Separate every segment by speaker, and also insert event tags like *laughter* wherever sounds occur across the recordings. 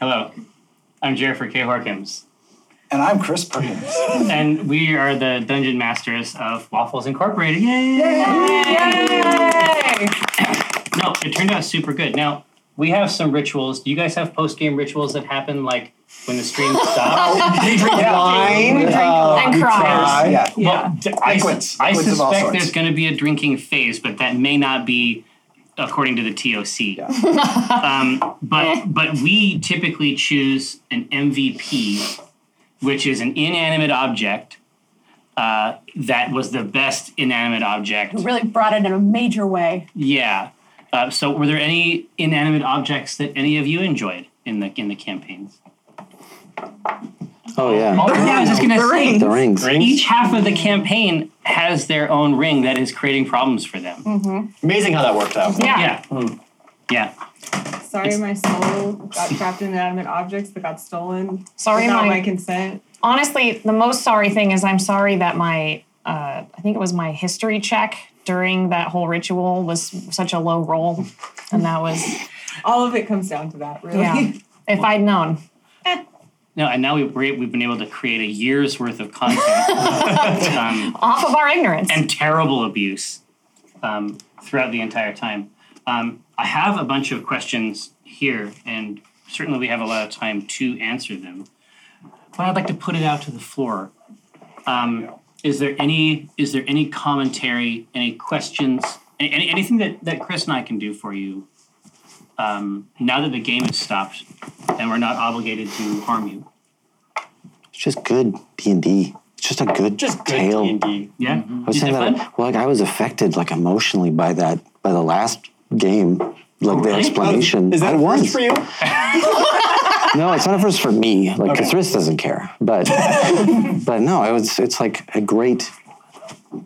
Speaker 1: Hello, I'm Jeffrey K. Horkins,
Speaker 2: And I'm Chris Perkins.
Speaker 1: *laughs* and we are the Dungeon Masters of Waffles Incorporated. Yay! No, it turned out super good. Now, we have some rituals. Do you guys have post game rituals that happen like when
Speaker 2: *laughs*
Speaker 1: the stream stops?
Speaker 2: we drink
Speaker 3: wine,
Speaker 2: we
Speaker 3: and
Speaker 2: uh, we
Speaker 4: cry.
Speaker 2: cry. Yeah.
Speaker 1: Well, d- I,
Speaker 2: Liquids.
Speaker 1: sus- I
Speaker 2: Liquids of all
Speaker 1: suspect
Speaker 2: sorts.
Speaker 1: there's going to be a drinking phase, but that may not be according to the TOC.
Speaker 2: Yeah.
Speaker 1: *laughs* um, but but we typically choose an MVP, which is an inanimate object uh, that was the best inanimate object.
Speaker 4: Really brought it in a major way.
Speaker 1: Yeah. Uh, so were there any inanimate objects that any of you enjoyed in the in the campaigns?
Speaker 5: Oh
Speaker 4: Uh,
Speaker 5: yeah,
Speaker 1: Oh, yeah, I was just gonna
Speaker 3: The
Speaker 1: say.
Speaker 3: ring.
Speaker 5: the
Speaker 4: *laughs*
Speaker 5: rings.
Speaker 1: Each half of the campaign has their own ring that is creating problems for them.
Speaker 6: Mm-hmm.
Speaker 7: Amazing how that worked out.
Speaker 4: Yeah.
Speaker 1: Yeah. Mm. Yeah.
Speaker 8: Sorry, my soul got trapped in inanimate objects that got stolen.
Speaker 3: Sorry,
Speaker 8: without
Speaker 3: my-
Speaker 8: my consent.
Speaker 3: Honestly, the most sorry thing is I'm sorry that my, uh, I think it was my history check during that whole ritual was such a low roll. And that was,
Speaker 8: All of it comes down to that, really.
Speaker 3: yeah. If I'd known,
Speaker 1: No, and now we've, we've been able to create a year's worth of content. um,
Speaker 3: off of our ignorance.
Speaker 1: and terrible abuse um, throughout the entire time. Um, I have a bunch of questions here, and certainly we have a lot of time to answer them. But I'd like to put it out to the floor. Um, is there any is there any commentary, any questions, a- any, anything that, that Chris and I can do for you um, now that the game has stopped and we're not obligated to harm you?
Speaker 5: It's just good D and D. It's just a good
Speaker 7: Just good
Speaker 5: tale.
Speaker 7: D&D.
Speaker 1: Yeah,
Speaker 7: Mm-hmm.
Speaker 5: I was
Speaker 1: Is it
Speaker 5: saying that,
Speaker 1: fun?
Speaker 5: well, like I was affected like emotionally by that by the last game, like the
Speaker 1: really?
Speaker 5: explanation.
Speaker 7: Is that
Speaker 5: I
Speaker 7: a
Speaker 5: was.
Speaker 7: first for you?
Speaker 5: No, it's not a first for me. Like Kathris doesn't care, but but no, it was. It's like a great.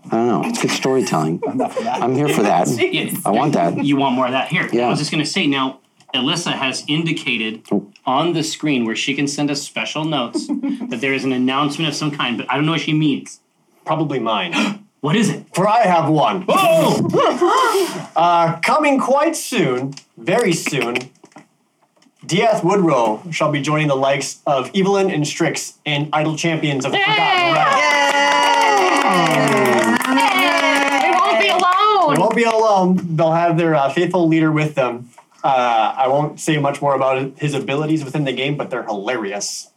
Speaker 5: I don't know. It's good storytelling.
Speaker 2: Enough of that.
Speaker 5: I'm here for
Speaker 1: *laughs*
Speaker 5: that.
Speaker 1: Yeah,
Speaker 5: I want that.
Speaker 1: you want more of that here. I
Speaker 5: Yeah.
Speaker 1: was just going to say now, Alyssa has indicated
Speaker 5: Oh.
Speaker 1: on the screen where she can send us
Speaker 5: *laughs*
Speaker 1: special notes that there is an announcement of some kind, but I don't know what she means.
Speaker 7: Probably
Speaker 1: *gasps*
Speaker 7: mine.
Speaker 1: *laughs*
Speaker 7: *laughs*
Speaker 1: What is it?
Speaker 7: For I have one. Whoa! *laughs* uh, coming quite soon, very soon, Diaz Woodrow shall be joining the likes of Evelyn and Strix in Idol Champions of the Forgotten Realms.
Speaker 3: we won't be alone.
Speaker 7: They won't be alone. They'll have their uh, faithful leader with them. Uh, I won't say much more about his abilities within the game, but they're hilarious.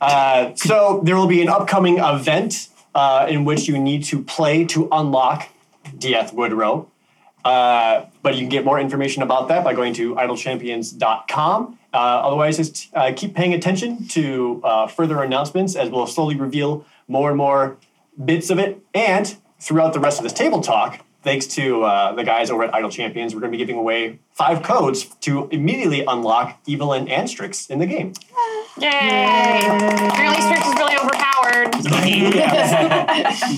Speaker 7: Uh, so there will be an upcoming event uh, in which you need to play to unlock Death Woodrow. Uh, but you can get more information about that by going to idlechampions.com. Uh, otherwise, just uh, keep paying attention to uh, further announcements as we'll slowly reveal more and more bits of it. And throughout the rest of this table talk, thanks to uh, the guys over at Idle Champions, we're going to be giving away five codes to immediately unlock Evelyn and Strix in the game.
Speaker 3: Yay. Apparently, Strix is really overpowered.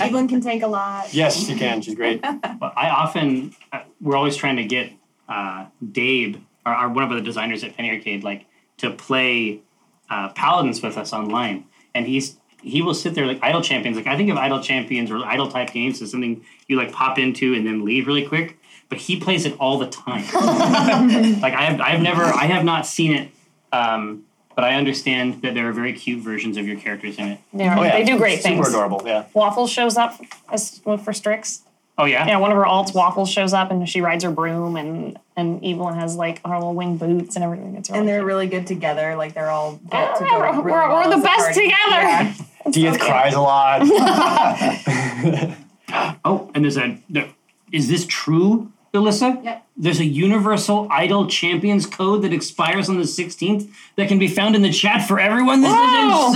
Speaker 8: Evelyn can take a lot.
Speaker 7: Yes, you can. She's
Speaker 3: *laughs*
Speaker 7: great.
Speaker 1: But I often, uh, we're always trying to get uh, Dave, or, or one of the designers at Penny Arcade, like to play uh, Paladins with us online, and he's he will sit there like Idle Champions. Like I think of Idle Champions or Idle type games as something you like pop into and then leave really quick. But he plays it all the
Speaker 3: *laughs*
Speaker 1: time. like I have, I've never, I have not seen it. Um, but I understand that there are very cute versions of your characters in it.
Speaker 3: They, are,
Speaker 7: Oh, yeah.
Speaker 3: they do great
Speaker 7: Super
Speaker 3: things.
Speaker 7: adorable. Yeah.
Speaker 3: Waffle shows up as, well, for Strix.
Speaker 1: Oh yeah,
Speaker 3: Yeah, one of her alts waffles shows up and she rides her broom and and Evelyn has like her little wing boots and everything. It's really
Speaker 8: And they're
Speaker 3: cute.
Speaker 8: really good together. Like they're all built
Speaker 3: Yeah,
Speaker 8: to go
Speaker 3: we're-
Speaker 8: really
Speaker 3: we're-
Speaker 8: well
Speaker 3: we're the
Speaker 8: as a
Speaker 3: best
Speaker 8: party.
Speaker 3: together.
Speaker 8: Yeah.
Speaker 7: Diaz cries a lot.
Speaker 1: Oh, and there's a. There, is this true, Alyssa?
Speaker 4: Yep.
Speaker 1: There's a Universal Idol Champions code that expires on the 16th that can be found in the chat for everyone. This
Speaker 3: Whoa!
Speaker 1: is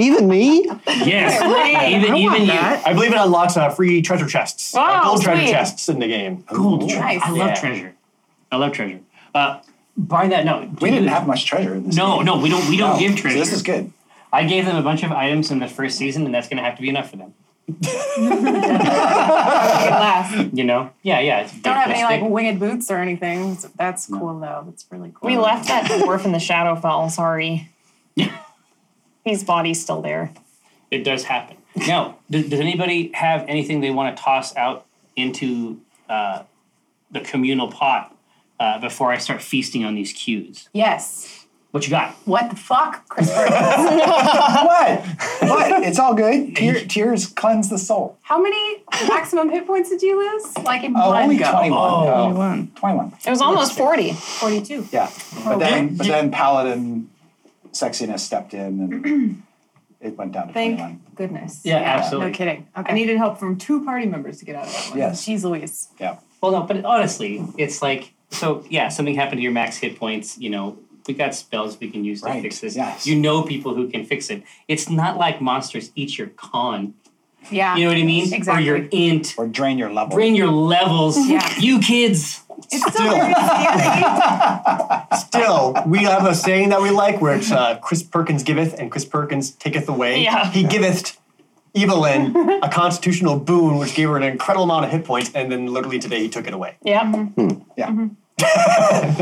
Speaker 8: *laughs*
Speaker 5: Even me.
Speaker 1: yes. Even even you.
Speaker 7: I believe it unlocks uh, free treasure chests, uh,
Speaker 3: Wow,
Speaker 7: gold treasure
Speaker 3: sweet.
Speaker 7: chests in the game.
Speaker 1: Gold treasure.
Speaker 4: Nice.
Speaker 1: I love
Speaker 7: Yeah.
Speaker 1: treasure. I love treasure. Uh, by that note,
Speaker 2: We didn't have much treasure in this.
Speaker 1: No, no, we don't. We don't
Speaker 2: No.
Speaker 1: give
Speaker 2: So
Speaker 1: treasure.
Speaker 2: this is good.
Speaker 1: I gave them a bunch of items in the first season, and that's going to have to be enough
Speaker 8: *laughs*
Speaker 1: for them.
Speaker 8: It lasts.
Speaker 1: You know? Yeah, yeah. It's
Speaker 8: Don't have any like
Speaker 1: fantastic.
Speaker 8: winged boots or anything. So That's cool though. That's really cool.
Speaker 3: we left that dwarf in the
Speaker 1: *laughs*
Speaker 3: Shadowfell. Sorry, his body's still there.
Speaker 1: it does happen. Now, does, does anybody have anything they want to toss out into uh, the communal pot uh, before I start feasting on these cues.
Speaker 4: Yes.
Speaker 1: What you got?
Speaker 4: What the fuck, Chris?
Speaker 6: *laughs*
Speaker 4: Perkins?
Speaker 2: What? What? It's all good. Tear, tears cleanse the soul.
Speaker 6: How many maximum hit points did you lose?
Speaker 4: like in
Speaker 6: Uh,
Speaker 2: Oh,
Speaker 4: one
Speaker 2: only
Speaker 4: go.
Speaker 2: 21.
Speaker 9: Only
Speaker 2: Oh,
Speaker 9: one.
Speaker 2: 21.
Speaker 3: It was almost 40.
Speaker 4: 42.
Speaker 2: Yeah.
Speaker 4: Oh.
Speaker 2: But
Speaker 7: Okay.
Speaker 2: then, but then Paladin sexiness stepped in and it went down to
Speaker 6: Thank
Speaker 2: 21.
Speaker 6: goodness.
Speaker 1: Yeah,
Speaker 4: No
Speaker 1: absolutely.
Speaker 4: kidding. Okay.
Speaker 6: I needed help from two party members to get out of that one.
Speaker 2: Yes.
Speaker 4: Jeez Louise.
Speaker 2: Yeah.
Speaker 1: Well, no, but honestly, it's like so. Yeah, something happened to your max hit points. You know, we got spells we can use to
Speaker 2: Right,
Speaker 1: fix this.
Speaker 2: yes.
Speaker 1: You know, people who can fix it. It's not like monsters eat your con.
Speaker 4: Yeah.
Speaker 1: You know what I mean?
Speaker 4: Exactly.
Speaker 1: Or your int.
Speaker 2: Or drain your level.
Speaker 1: Bring
Speaker 2: *laughs*
Speaker 1: your levels.
Speaker 4: Yeah.
Speaker 1: You kids.
Speaker 6: It's still pretty scary.
Speaker 7: Still, we have a saying that we like where it's uh, Chris Perkins giveth and Chris Perkins taketh away.
Speaker 3: Yeah.
Speaker 7: He giveth Evelyn a constitutional boon, which gave her an incredible amount of hit points, and then literally today he took it away.
Speaker 3: Yeah.
Speaker 4: Mm-hmm.
Speaker 2: Yeah.
Speaker 6: *laughs*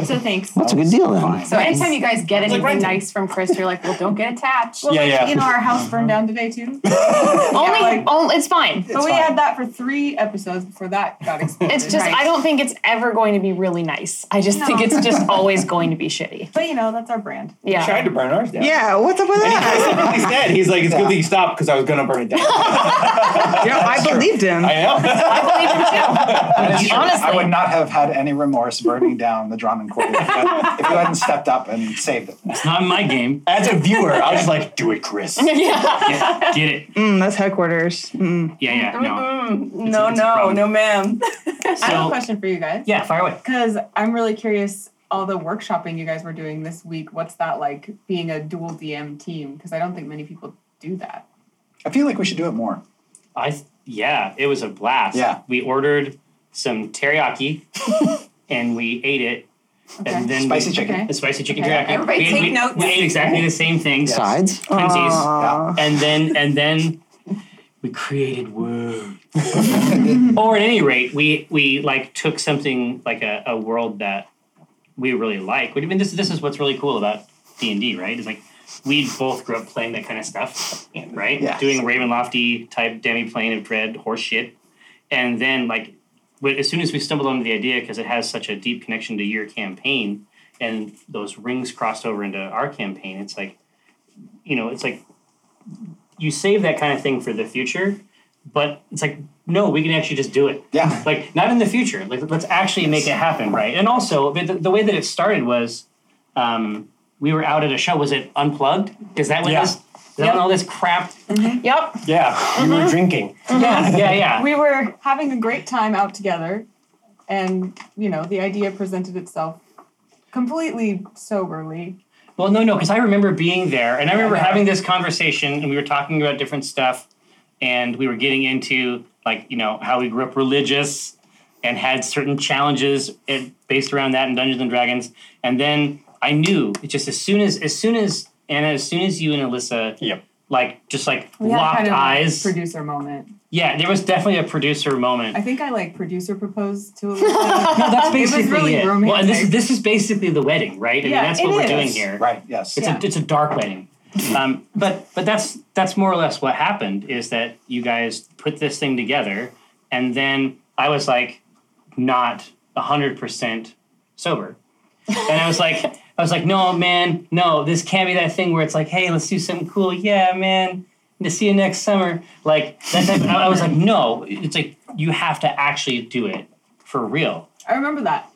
Speaker 6: so thanks.
Speaker 5: Hmm. That's a good deal then.
Speaker 4: So anytime you guys get anything
Speaker 7: right.
Speaker 4: nice from Chris, you're like, well, don't get attached.
Speaker 6: Well,
Speaker 7: Yeah,
Speaker 6: like,
Speaker 7: yeah.
Speaker 6: You know, our house burned
Speaker 5: Uh-huh.
Speaker 6: down
Speaker 4: *laughs*
Speaker 6: today too.
Speaker 3: *laughs* Only,
Speaker 6: like-
Speaker 3: oh, it's fine.
Speaker 6: but we
Speaker 2: fine.
Speaker 6: had that for three episodes before that got exploded.
Speaker 3: It's just,
Speaker 4: Right.
Speaker 3: I don't think it's ever going to be really nice. I just think it's
Speaker 8: *laughs*
Speaker 3: just always going to be shitty.
Speaker 6: But you know, that's our brand.
Speaker 3: Yeah.
Speaker 10: Tried to burn ours down. *laughs*
Speaker 9: Yeah, what's up with
Speaker 10: And he
Speaker 9: that?
Speaker 10: specifically *laughs* said, he's like, it's good that you stopped because I was going to burn *laughs* it down.
Speaker 9: yeah, I
Speaker 10: *laughs*
Speaker 9: believed him.
Speaker 10: I know.
Speaker 3: I
Speaker 2: *laughs*
Speaker 3: believe him
Speaker 2: That is true.
Speaker 3: Honestly.
Speaker 2: I would not have had any remorse burning down the Draman Quarter if you hadn't- if you hadn't stepped up and saved it.
Speaker 1: It's not my game.
Speaker 7: *laughs* As a viewer, I was just like, do it,
Speaker 1: *laughs*
Speaker 7: Chris.
Speaker 3: too. yeah.
Speaker 1: Yeah, get it.
Speaker 9: Mm, that's headquarters. Mm.
Speaker 1: Yeah, yeah. No.
Speaker 10: no,
Speaker 1: it's a problem.
Speaker 10: ma'am.
Speaker 6: I have
Speaker 1: So-
Speaker 6: a question for you guys.
Speaker 1: Yeah, fire away.
Speaker 6: Because I'm really curious, all the workshopping you guys were doing this week, what's that like being a dual DM team? Because I don't think many people do that.
Speaker 2: I feel like we should do it more.
Speaker 1: I th- yeah, it was a blast.
Speaker 2: Yeah.
Speaker 1: we ordered some
Speaker 7: *laughs*
Speaker 1: teriyaki, and we ate it,
Speaker 6: Okay.
Speaker 1: and then
Speaker 2: Spicy
Speaker 1: we,
Speaker 2: chicken.
Speaker 6: Okay.
Speaker 1: the spicy chicken
Speaker 6: Okay.
Speaker 1: teriyaki.
Speaker 4: Everybody
Speaker 1: we, ate-
Speaker 4: take
Speaker 1: we-
Speaker 4: notes.
Speaker 1: We ate exactly the same thing.
Speaker 5: Sides?
Speaker 1: Twinsies.
Speaker 9: Aw.
Speaker 1: and then and then we created words. *laughs* or at any rate, we we like took something like a, a world that we really like. What do you mean? This this is what's really cool about D and D, right? Is like we both grew up playing that kind of stuff, right?
Speaker 2: Yes.
Speaker 1: Doing Ravenlofty type demi plane of dread horse shit, and then like wi- as soon as we stumbled onto the idea because it has such a deep connection to your campaign and those rings crossed over into our campaign it's like you know it's like you save that kind of thing for the future but it's like no we can actually just do it
Speaker 2: Yeah.
Speaker 1: *laughs* like not in the future like let's actually make it happen right and also the, the way that it started was um, we were out at a show was it unplugged is that when
Speaker 7: Yeah.
Speaker 1: this is that when all this crap Mm-hmm.
Speaker 3: Yep.
Speaker 7: Yeah, you were drinking.
Speaker 1: yeah
Speaker 6: *laughs*
Speaker 1: yeah yeah
Speaker 6: We were having a great time out together, and you know, the idea presented itself completely soberly.
Speaker 1: Well, no, no, because I remember being there, and I remember
Speaker 6: Yeah.
Speaker 1: having this conversation, and we were talking about different stuff, and we were getting into like you know how we grew up religious, and had certain challenges eh, based around that in Dungeons and Dragons, and then I knew it just as soon as as soon as Anna, as soon as you and Alyssa,
Speaker 7: Yep.
Speaker 1: like just like
Speaker 6: We had
Speaker 1: locked
Speaker 6: kind of a
Speaker 1: eyes,
Speaker 6: producer moment.
Speaker 1: yeah, there was definitely a producer moment.
Speaker 6: I think I like producer proposed
Speaker 1: *laughs*
Speaker 6: to.
Speaker 1: No, that's basically
Speaker 6: it was really
Speaker 1: it.
Speaker 6: romantic.
Speaker 1: Well, and this is this is basically the wedding, right? I
Speaker 6: Yeah,
Speaker 1: mean, that's what
Speaker 6: it
Speaker 1: we're
Speaker 6: is.
Speaker 1: doing here,
Speaker 2: Right. Yes.
Speaker 1: It's
Speaker 6: Yeah.
Speaker 1: a it's a dark wedding. Um, but but that's that's more or less what happened is that you guys put this thing together, and then I was like, not hundred percent sober, and I was like, I was like, no man, no, this can't be that thing where it's like, hey, let's do something cool, yeah, man. To see you next summer, like that type. I I was like, no, it's like you have to actually do it for real.
Speaker 6: I remember that.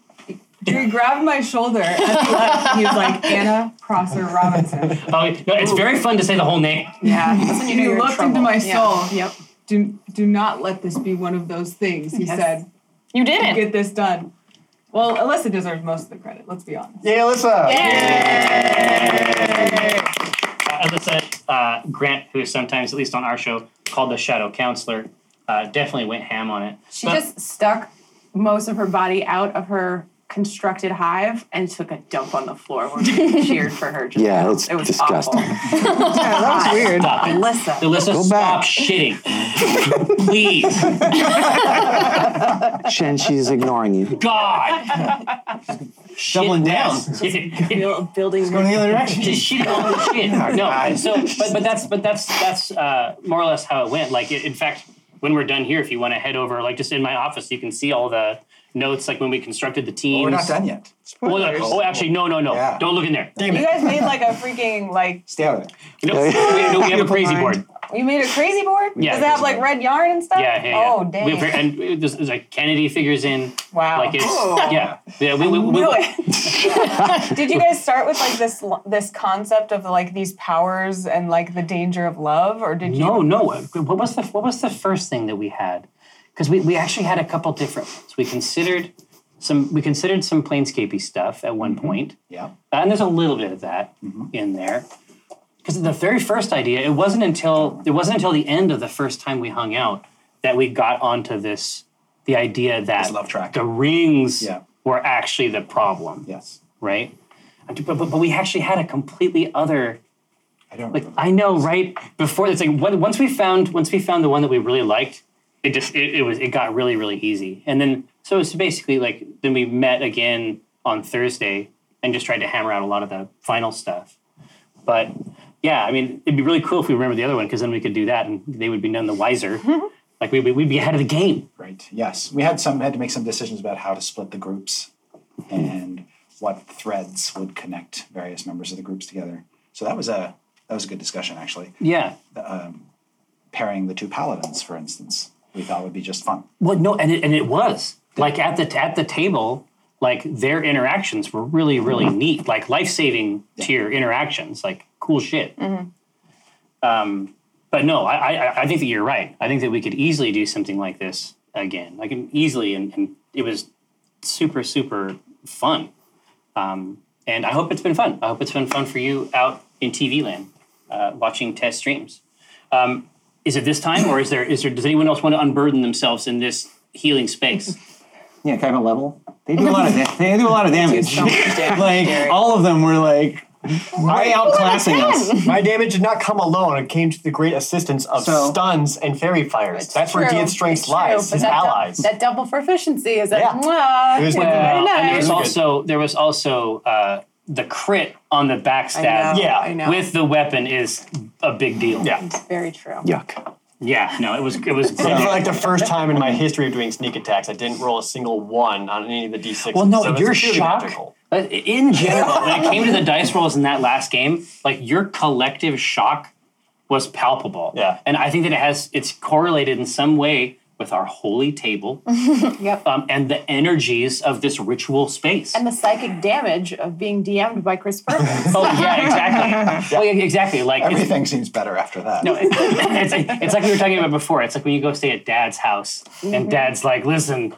Speaker 6: He grabbed my shoulder and he, like, he was like Anna Crosser Robinson.
Speaker 1: Oh, no, it's very fun to say the whole name.
Speaker 4: Yeah. That's when you know
Speaker 6: He
Speaker 4: you're in
Speaker 6: looked
Speaker 4: trouble.
Speaker 6: into my soul.
Speaker 4: Yep.
Speaker 6: Do do not let this be one of those things. He
Speaker 4: Yes.
Speaker 6: said,
Speaker 3: You didn't.
Speaker 6: "Get this done." Well, Alyssa deserves most of the credit. Let's be honest.
Speaker 7: Yeah, Alyssa.
Speaker 1: uh, Alyssa uh, Grant, who is sometimes, at least on our show, called the Shadow Counselor, uh, definitely went ham on it.
Speaker 4: She
Speaker 1: But-
Speaker 4: just stuck most of her body out of her constructed hive and took a dump on the floor when *laughs* we cheered for her. Just
Speaker 5: Yeah,
Speaker 4: now.
Speaker 5: it's
Speaker 4: it was
Speaker 5: disgusting.
Speaker 4: Awful.
Speaker 9: Yeah, that was weird.
Speaker 1: Stop it.
Speaker 4: Alyssa.
Speaker 1: Alyssa,
Speaker 5: Go
Speaker 1: stop
Speaker 5: back.
Speaker 1: shitting. Please.
Speaker 5: Shen, she's ignoring you.
Speaker 1: God.
Speaker 7: Doubling down.
Speaker 4: Build- building
Speaker 7: Going the
Speaker 1: *laughs*
Speaker 7: other direction.
Speaker 1: Just shit *laughs* all the
Speaker 9: *laughs*
Speaker 1: shit. No, and so but but that's but that's that's uh, more or less how it went. Like it, in fact, when we're done here, if you want to head over, like just in my office, you can see all the notes like when we constructed the teams.
Speaker 2: Well, we're not done yet.
Speaker 1: Well, no- oh, actually, no, no, no.
Speaker 2: Yeah.
Speaker 1: Don't look in there.
Speaker 7: Damn
Speaker 8: You
Speaker 7: it.
Speaker 8: guys made like a freaking like
Speaker 2: Stay out of it.
Speaker 1: No, *laughs* we, no, we have a crazy board.
Speaker 6: mind.
Speaker 8: you made a crazy board.
Speaker 1: Yeah.
Speaker 8: Does it have like red yarn and stuff?
Speaker 1: Yeah, yeah, yeah.
Speaker 8: Oh
Speaker 1: We
Speaker 8: dang!
Speaker 1: *laughs* have- and it- there's, there's like Kennedy figures in.
Speaker 8: wow.
Speaker 1: Like it's
Speaker 2: Oh.
Speaker 1: yeah, yeah. We, we, we,
Speaker 8: Knew it. Did you guys start with like this this concept of like these powers and like the danger of love, or did you?
Speaker 1: No, no. What was the what was the first thing that we had? Because we, we actually had a couple different ones. We considered some we considered some planescapey stuff at
Speaker 8: Mm-hmm.
Speaker 1: one point.
Speaker 2: Yeah.
Speaker 1: and there's a little bit of that in there. Because the very first idea, it wasn't until it wasn't until the end of the first time we hung out that we got onto this the idea that
Speaker 2: This love track.
Speaker 1: the rings
Speaker 2: Yeah.
Speaker 1: were actually the problem,
Speaker 2: Yes.
Speaker 1: right? But, but, but we actually had a completely other
Speaker 2: I don't
Speaker 1: like
Speaker 2: remember.
Speaker 1: I know, right? Before it's like when, once we found once we found the one that we really liked, it just it, it was it got really really easy. And then so it's basically like then we met again on Thursday and just tried to hammer out a lot of the final stuff. But yeah, I mean, it'd be really cool if we remember the other one because then we could do that and they would be none the
Speaker 2: *laughs*
Speaker 1: wiser. like we'd be, we'd be ahead of the game.
Speaker 2: Right. Yes. We had some had to make some decisions about how to split the groups and what threads would connect various members of the groups together. So that was a that was a good discussion actually. um,
Speaker 1: Yeah.
Speaker 2: Pairing the two paladins, for instance, we thought would be just fun.
Speaker 1: Well, no, and it, and it was like at the at the table, like their interactions were really really
Speaker 2: Mm-hmm.
Speaker 1: neat, like life saving tier interactions, like cool shit.
Speaker 4: Mm-hmm.
Speaker 1: Um, but no, I, I I think that you're right. I think that we could easily do something like this again, like and easily, and, and it was super super fun. Um, and I hope it's been fun. I hope it's been fun for you out in TV land, uh, watching test streams. Um, is it this time, or is there is there? Does anyone else want to unburden themselves in this healing space?
Speaker 10: *laughs* Yeah, kind of a level. They do a
Speaker 1: *laughs*
Speaker 10: lot of da- they do a lot of damage. *laughs* like all of them were like way outclassing us.
Speaker 7: My damage did not come alone. It came to the great assistance of
Speaker 10: So-
Speaker 7: stuns and fairy fires. That's where
Speaker 4: True.
Speaker 7: Dean's strength
Speaker 4: It's
Speaker 7: lies.
Speaker 4: true,
Speaker 7: His
Speaker 4: but that dou-
Speaker 7: allies.
Speaker 4: that double for efficiency is
Speaker 7: Yeah.
Speaker 4: that. Mwah,
Speaker 7: It was
Speaker 4: yeah,
Speaker 7: wonderful.
Speaker 4: very
Speaker 1: and there
Speaker 4: nice.
Speaker 1: was
Speaker 7: Good.
Speaker 1: also there was also uh, the crit on the
Speaker 4: I know.
Speaker 1: backstab
Speaker 7: Yeah.
Speaker 4: I know.
Speaker 1: with the weapon is a big deal.
Speaker 7: yeah.
Speaker 4: it's very true.
Speaker 5: Yuck.
Speaker 1: yeah. No, it was
Speaker 7: *laughs*
Speaker 1: it was.
Speaker 7: So for
Speaker 1: brilliant.
Speaker 7: like the first time in my history of doing sneak attacks, I didn't roll a single one on any of the d6s.
Speaker 1: Well, no,
Speaker 7: so it's
Speaker 1: your
Speaker 7: purely
Speaker 1: shock.
Speaker 7: magical.
Speaker 1: uh, In general, when it came to the dice rolls in that last game, like your collective shock was palpable.
Speaker 7: Yeah.
Speaker 1: and I think that it has it's correlated in some way with our holy table.
Speaker 4: *laughs* Yep.
Speaker 1: Um, and the energies of this ritual space.
Speaker 4: And the psychic damage of being DM'd by Chris Purvis.
Speaker 1: *laughs* oh yeah,
Speaker 4: *laughs*
Speaker 1: exactly. Well, yeah, exactly. Like it's-
Speaker 2: Everything seems better after that.
Speaker 1: No, it- it's, it's like we were talking about before. It's like when you go stay at dad's house and dad's like, listen,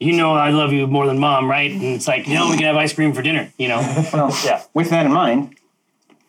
Speaker 1: you know I love you more than mom, right? And it's like, you know, we can have ice cream for dinner, you know?
Speaker 10: Well,
Speaker 7: Yeah.
Speaker 10: With that in mind,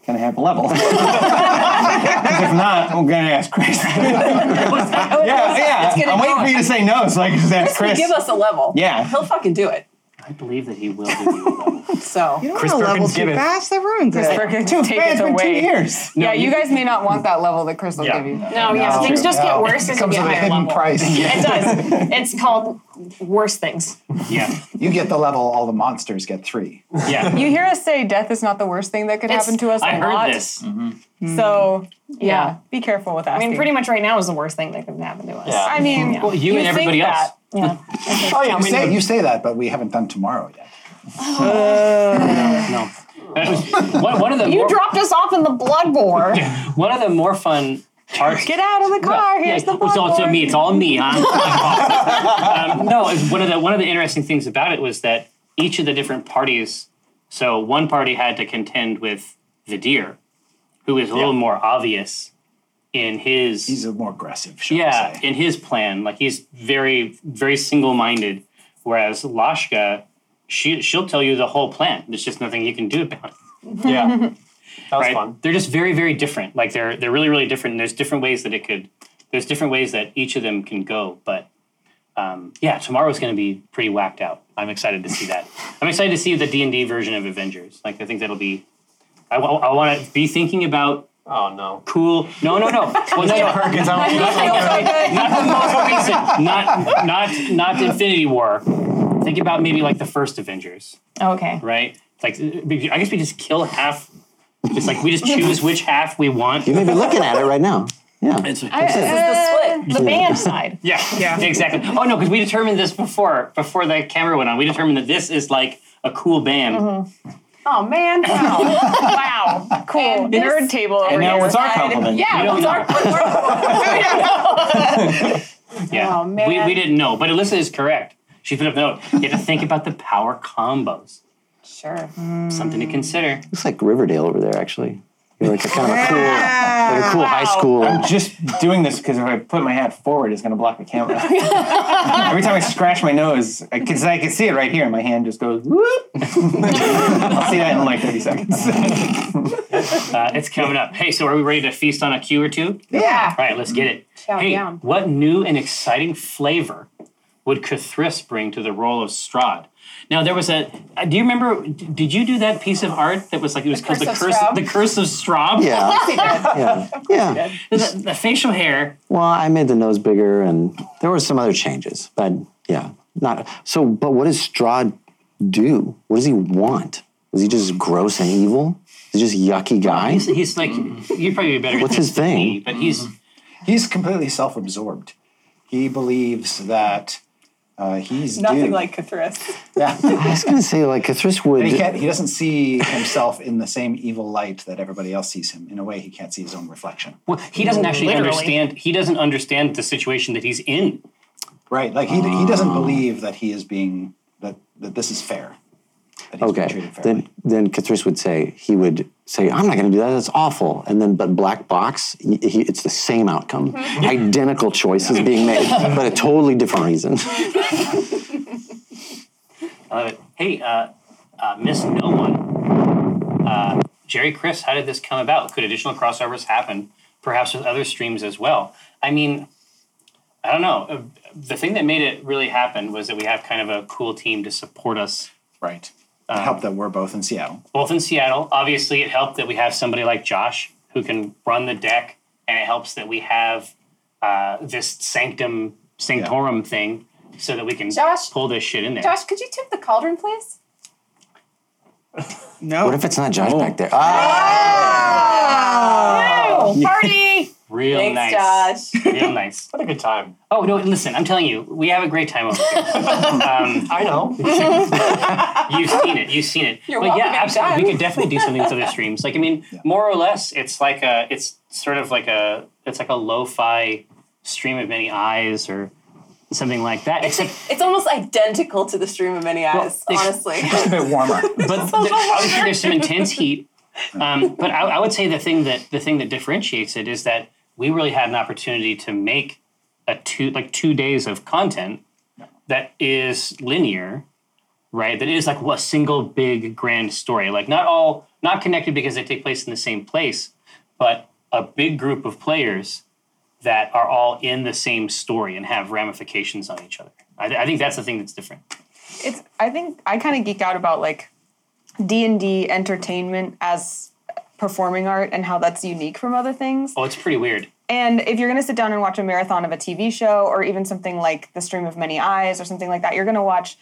Speaker 10: can I have a level? 'Cause *laughs* if not, I'm gonna ask Chris. *laughs*
Speaker 4: yeah,
Speaker 10: Yeah, yeah.
Speaker 4: It's gonna
Speaker 10: I'm waiting
Speaker 4: go-
Speaker 10: for you to say no, so I can just ask
Speaker 4: Chris will
Speaker 10: Chris.
Speaker 4: give us a level.
Speaker 10: Yeah.
Speaker 4: He'll fucking do it.
Speaker 1: I believe that he will give you a level.
Speaker 4: So
Speaker 6: You don't
Speaker 7: Chris
Speaker 6: want to level
Speaker 7: Perkins give
Speaker 6: too
Speaker 7: it.
Speaker 6: fast. That ruins it.
Speaker 8: Freaking take
Speaker 10: Yeah,
Speaker 8: it
Speaker 10: it's been two
Speaker 8: away.
Speaker 10: years.
Speaker 8: Yeah, you
Speaker 10: *laughs*
Speaker 8: guys may not want that level that Chris will
Speaker 7: Yeah.
Speaker 8: give you.
Speaker 3: No, yes, things just get worse as you
Speaker 2: comes
Speaker 3: get
Speaker 2: with a
Speaker 3: higher
Speaker 2: hidden
Speaker 3: level.
Speaker 2: price.
Speaker 3: It
Speaker 6: *laughs*
Speaker 3: does. It's called worse things.
Speaker 1: Yeah.
Speaker 2: You get the level, all the monsters get three.
Speaker 1: Yeah.
Speaker 8: You hear us say death is not the worst thing that could
Speaker 3: It's-
Speaker 8: happen to us. a
Speaker 1: I
Speaker 8: lot.
Speaker 1: heard this.
Speaker 6: Mm-hmm.
Speaker 8: So yeah,
Speaker 3: Mm-hmm. Yeah.
Speaker 8: be careful with that.
Speaker 3: I mean, pretty much right now is the worst thing that could happen to us.
Speaker 7: Yeah.
Speaker 8: I mean,
Speaker 1: Well, you, and
Speaker 8: think
Speaker 1: everybody
Speaker 8: that.
Speaker 1: else.
Speaker 3: Yeah.
Speaker 7: Oh yeah, I
Speaker 2: You
Speaker 7: mean,
Speaker 2: say, you say that, but we haven't done tomorrow yet.
Speaker 1: No. *laughs* That was- one, one of the
Speaker 3: You
Speaker 1: more,
Speaker 3: dropped us off in the
Speaker 1: *laughs*
Speaker 3: blood war.
Speaker 1: one of the more fun parts
Speaker 8: Get out of the car.
Speaker 1: Yeah,
Speaker 8: Here's the
Speaker 1: it's all to
Speaker 8: popcorn.
Speaker 1: me. It's all me. I'm, I'm off. *laughs* um, no, it's one of the one of the interesting things about it was that each of the different parties. So one party had to contend with the deer, who is a little more obvious in his
Speaker 2: He's a more aggressive, shall we
Speaker 1: yeah
Speaker 2: say.
Speaker 1: in his plan. Like he's very very single minded, whereas Lashka. She, she'll tell you the whole plan. There's just nothing you can do about it.
Speaker 7: yeah, that was
Speaker 1: Right?
Speaker 7: fun.
Speaker 1: They're just very, very different. Like they're they're really, really different. And there's different ways that it could. There's different ways that each of them can go. But um, yeah, tomorrow's going to be pretty whacked out. I'm excited to see
Speaker 7: *laughs*
Speaker 1: that. I'm excited to see the D and D version of Avengers. Like I think that'll be. I, want to be thinking about
Speaker 7: Oh no,
Speaker 1: cool. No, no,
Speaker 7: *laughs*
Speaker 1: no. Well, no, no.
Speaker 7: Perkins, I don't
Speaker 8: It feels so good.
Speaker 1: Not the most recent. Not not not Infinity War. Think about maybe like the first Avengers
Speaker 3: Okay.
Speaker 1: right? It's Like, uh, I guess we just kill half. It's like we just choose which half we want.
Speaker 5: You may be looking at it right now. Yeah.
Speaker 1: It's,
Speaker 4: uh,
Speaker 3: the split. The band side.
Speaker 1: yeah, yeah, exactly. Oh no, because we determined this before before the camera went on. We determined that this is like a cool band.
Speaker 4: Oh man! Wow.
Speaker 3: *laughs* Wow. Cool.
Speaker 4: And this-
Speaker 3: Nerd table over
Speaker 10: And now
Speaker 3: here.
Speaker 10: what's our compliment?
Speaker 1: We
Speaker 4: yeah.
Speaker 1: don't
Speaker 4: What's our, what's our-
Speaker 1: *laughs* Yeah,
Speaker 4: Oh, man.
Speaker 1: We, we didn't know, but Alyssa is correct. She put up note. You have to think about the power combos.
Speaker 4: sure.
Speaker 1: Something to consider.
Speaker 4: *laughs*
Speaker 5: Looks like Riverdale over there, actually. You're like a kind of a cool, like a cool high school.
Speaker 10: I'm just doing this because if I put my hat forward, it's going to block the camera. Every time I scratch my nose, I can, I can see it right here, and my hand just goes whoop. *laughs* I'll see that in like 30 seconds. *laughs*
Speaker 1: Uh, it's coming up. Hey, so are we ready to feast on a cue or two?
Speaker 4: Yeah.
Speaker 1: All right, let's get it.
Speaker 4: Chow
Speaker 1: hey,
Speaker 4: down.
Speaker 1: what new and exciting flavor would Kathris bring to the role of Strahd? Now there was a. uh, Do you remember? d- Did you do that piece of art that was like it was called the
Speaker 4: Curse of
Speaker 1: curse,
Speaker 4: Straub?
Speaker 1: the curse of Straub?
Speaker 5: yeah. yeah. Yeah.
Speaker 1: the, the facial hair.
Speaker 5: Well, I made the nose bigger, and there were some other changes, but yeah, not so. But what does Strahd do? What does he want? Is he just gross and evil? Is he just yucky guy?
Speaker 1: He's, he's like
Speaker 2: Mm.
Speaker 1: you'd probably be better. at
Speaker 5: What's
Speaker 1: this
Speaker 5: his
Speaker 1: than
Speaker 5: thing?
Speaker 1: me, but he's
Speaker 2: He's completely self-absorbed. He believes that uh, he's
Speaker 8: Nothing
Speaker 2: due.
Speaker 8: like
Speaker 2: *laughs*
Speaker 8: Cathris.
Speaker 1: *laughs*
Speaker 5: I was gonna say like Cthulhu would.
Speaker 2: And he can't. He doesn't see himself in the same evil light that everybody else sees him. In a way, he can't see his own reflection.
Speaker 1: well, he doesn't actually
Speaker 3: Literally.
Speaker 1: understand. He doesn't understand the situation that he's in.
Speaker 2: Right? Like he, he
Speaker 1: Oh.
Speaker 2: doesn't believe that he is being that that this is fair. That he's being
Speaker 5: Okay,
Speaker 2: treated fairly.
Speaker 5: then then Cthulhu would say he would say I'm not gonna do that. That's awful. And then but black box, he, he- it's the same outcome,
Speaker 2: Mm-hmm.
Speaker 5: identical choices being
Speaker 2: *laughs*
Speaker 5: made, but a totally different reason.
Speaker 1: I love it. Hey, uh, uh, Miss No One, uh, Jerry, Chris, how did this come about? Could additional crossovers happen, perhaps with other streams as well? I mean, I don't know. Uh, The thing that made it really happen was that we have kind of a cool team to support us, Um,
Speaker 2: right. It
Speaker 1: Uh.
Speaker 2: helped that we're both in Seattle.
Speaker 1: both in Seattle. Obviously, it helped that we have somebody like Josh who can run the deck, and it helps that we have uh, this sanctum sanctorum thing so that we can
Speaker 4: Josh-
Speaker 1: pull this shit in there.
Speaker 4: Josh, could you tip the cauldron, please?
Speaker 6: No.
Speaker 5: What if it's not Josh back there? Ah,
Speaker 3: Oh, party.
Speaker 1: Real
Speaker 4: Thanks,
Speaker 1: nice.
Speaker 4: Josh.
Speaker 1: Real nice.
Speaker 7: What a good time.
Speaker 1: Oh no! Listen, I'm telling you, we have a great time over here. Um,
Speaker 7: I know.
Speaker 1: *laughs* you've seen it. You've seen it.
Speaker 4: You're
Speaker 1: but yeah,
Speaker 4: welcome
Speaker 1: absolutely.
Speaker 4: anytime.
Speaker 1: We could definitely do something with other streams. Like I mean,
Speaker 2: Yeah.
Speaker 1: more or less, it's like a, it's sort of like a, it's like a lo-fi stream of many eyes or something like that.
Speaker 4: It's, it's almost identical to the stream of many eyes,
Speaker 1: they- *laughs*
Speaker 2: *laughs*
Speaker 4: honestly.
Speaker 2: It's a bit warmer.
Speaker 1: but there, obviously there's some intense heat. Um, but I, I would say the thing that the thing that differentiates it is that we really had an opportunity to make a two like two days of content that is linear, right? That is like a single big grand story. Like not all not connected because they take place in the same place, but a big group of players that are all in the same story and have ramifications on each other. I, I think that's the thing that's different.
Speaker 6: it's i think i kind of geek out about like d&d entertainment as performing art and how that's unique from other things
Speaker 1: Oh, it's pretty weird.
Speaker 6: and if you're going to sit down and watch a marathon of a tv show or even something like the stream of many eyes or something like that you're going to watch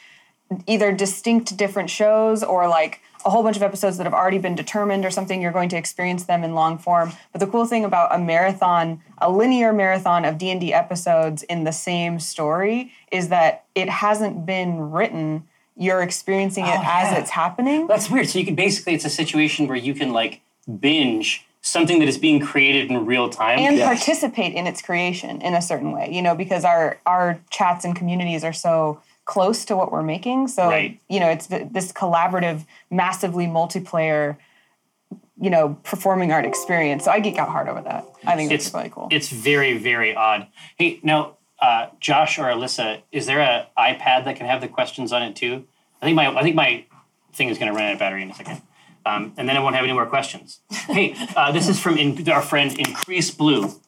Speaker 6: either distinct different shows or like a whole bunch of episodes that have already been determined or something you're going to experience them in long form but the cool thing about a marathon a linear marathon of d&d episodes in the same story is that it hasn't been written you're experiencing it
Speaker 1: Oh,
Speaker 6: as it's happening
Speaker 1: That's weird. So you can basically, it's a situation where you can like binge something that is being created in real time.
Speaker 6: and participate in its creation in a certain way you know because our our chats and communities are so close to what we're making so
Speaker 1: Right.
Speaker 6: you know it's th- this collaborative massively multiplayer you know performing art experience so i geek out hard over that i think it's
Speaker 1: it's
Speaker 6: really cool
Speaker 1: It's very very odd. Hey, now uh, Josh or Alyssa, is there a iPad that can have the questions on it too? I think my I think my thing is going to run out of battery in a second. Um, and then I won't have any more questions. Hey, uh,
Speaker 3: *laughs*
Speaker 1: this is from in, our friend Increase Blue.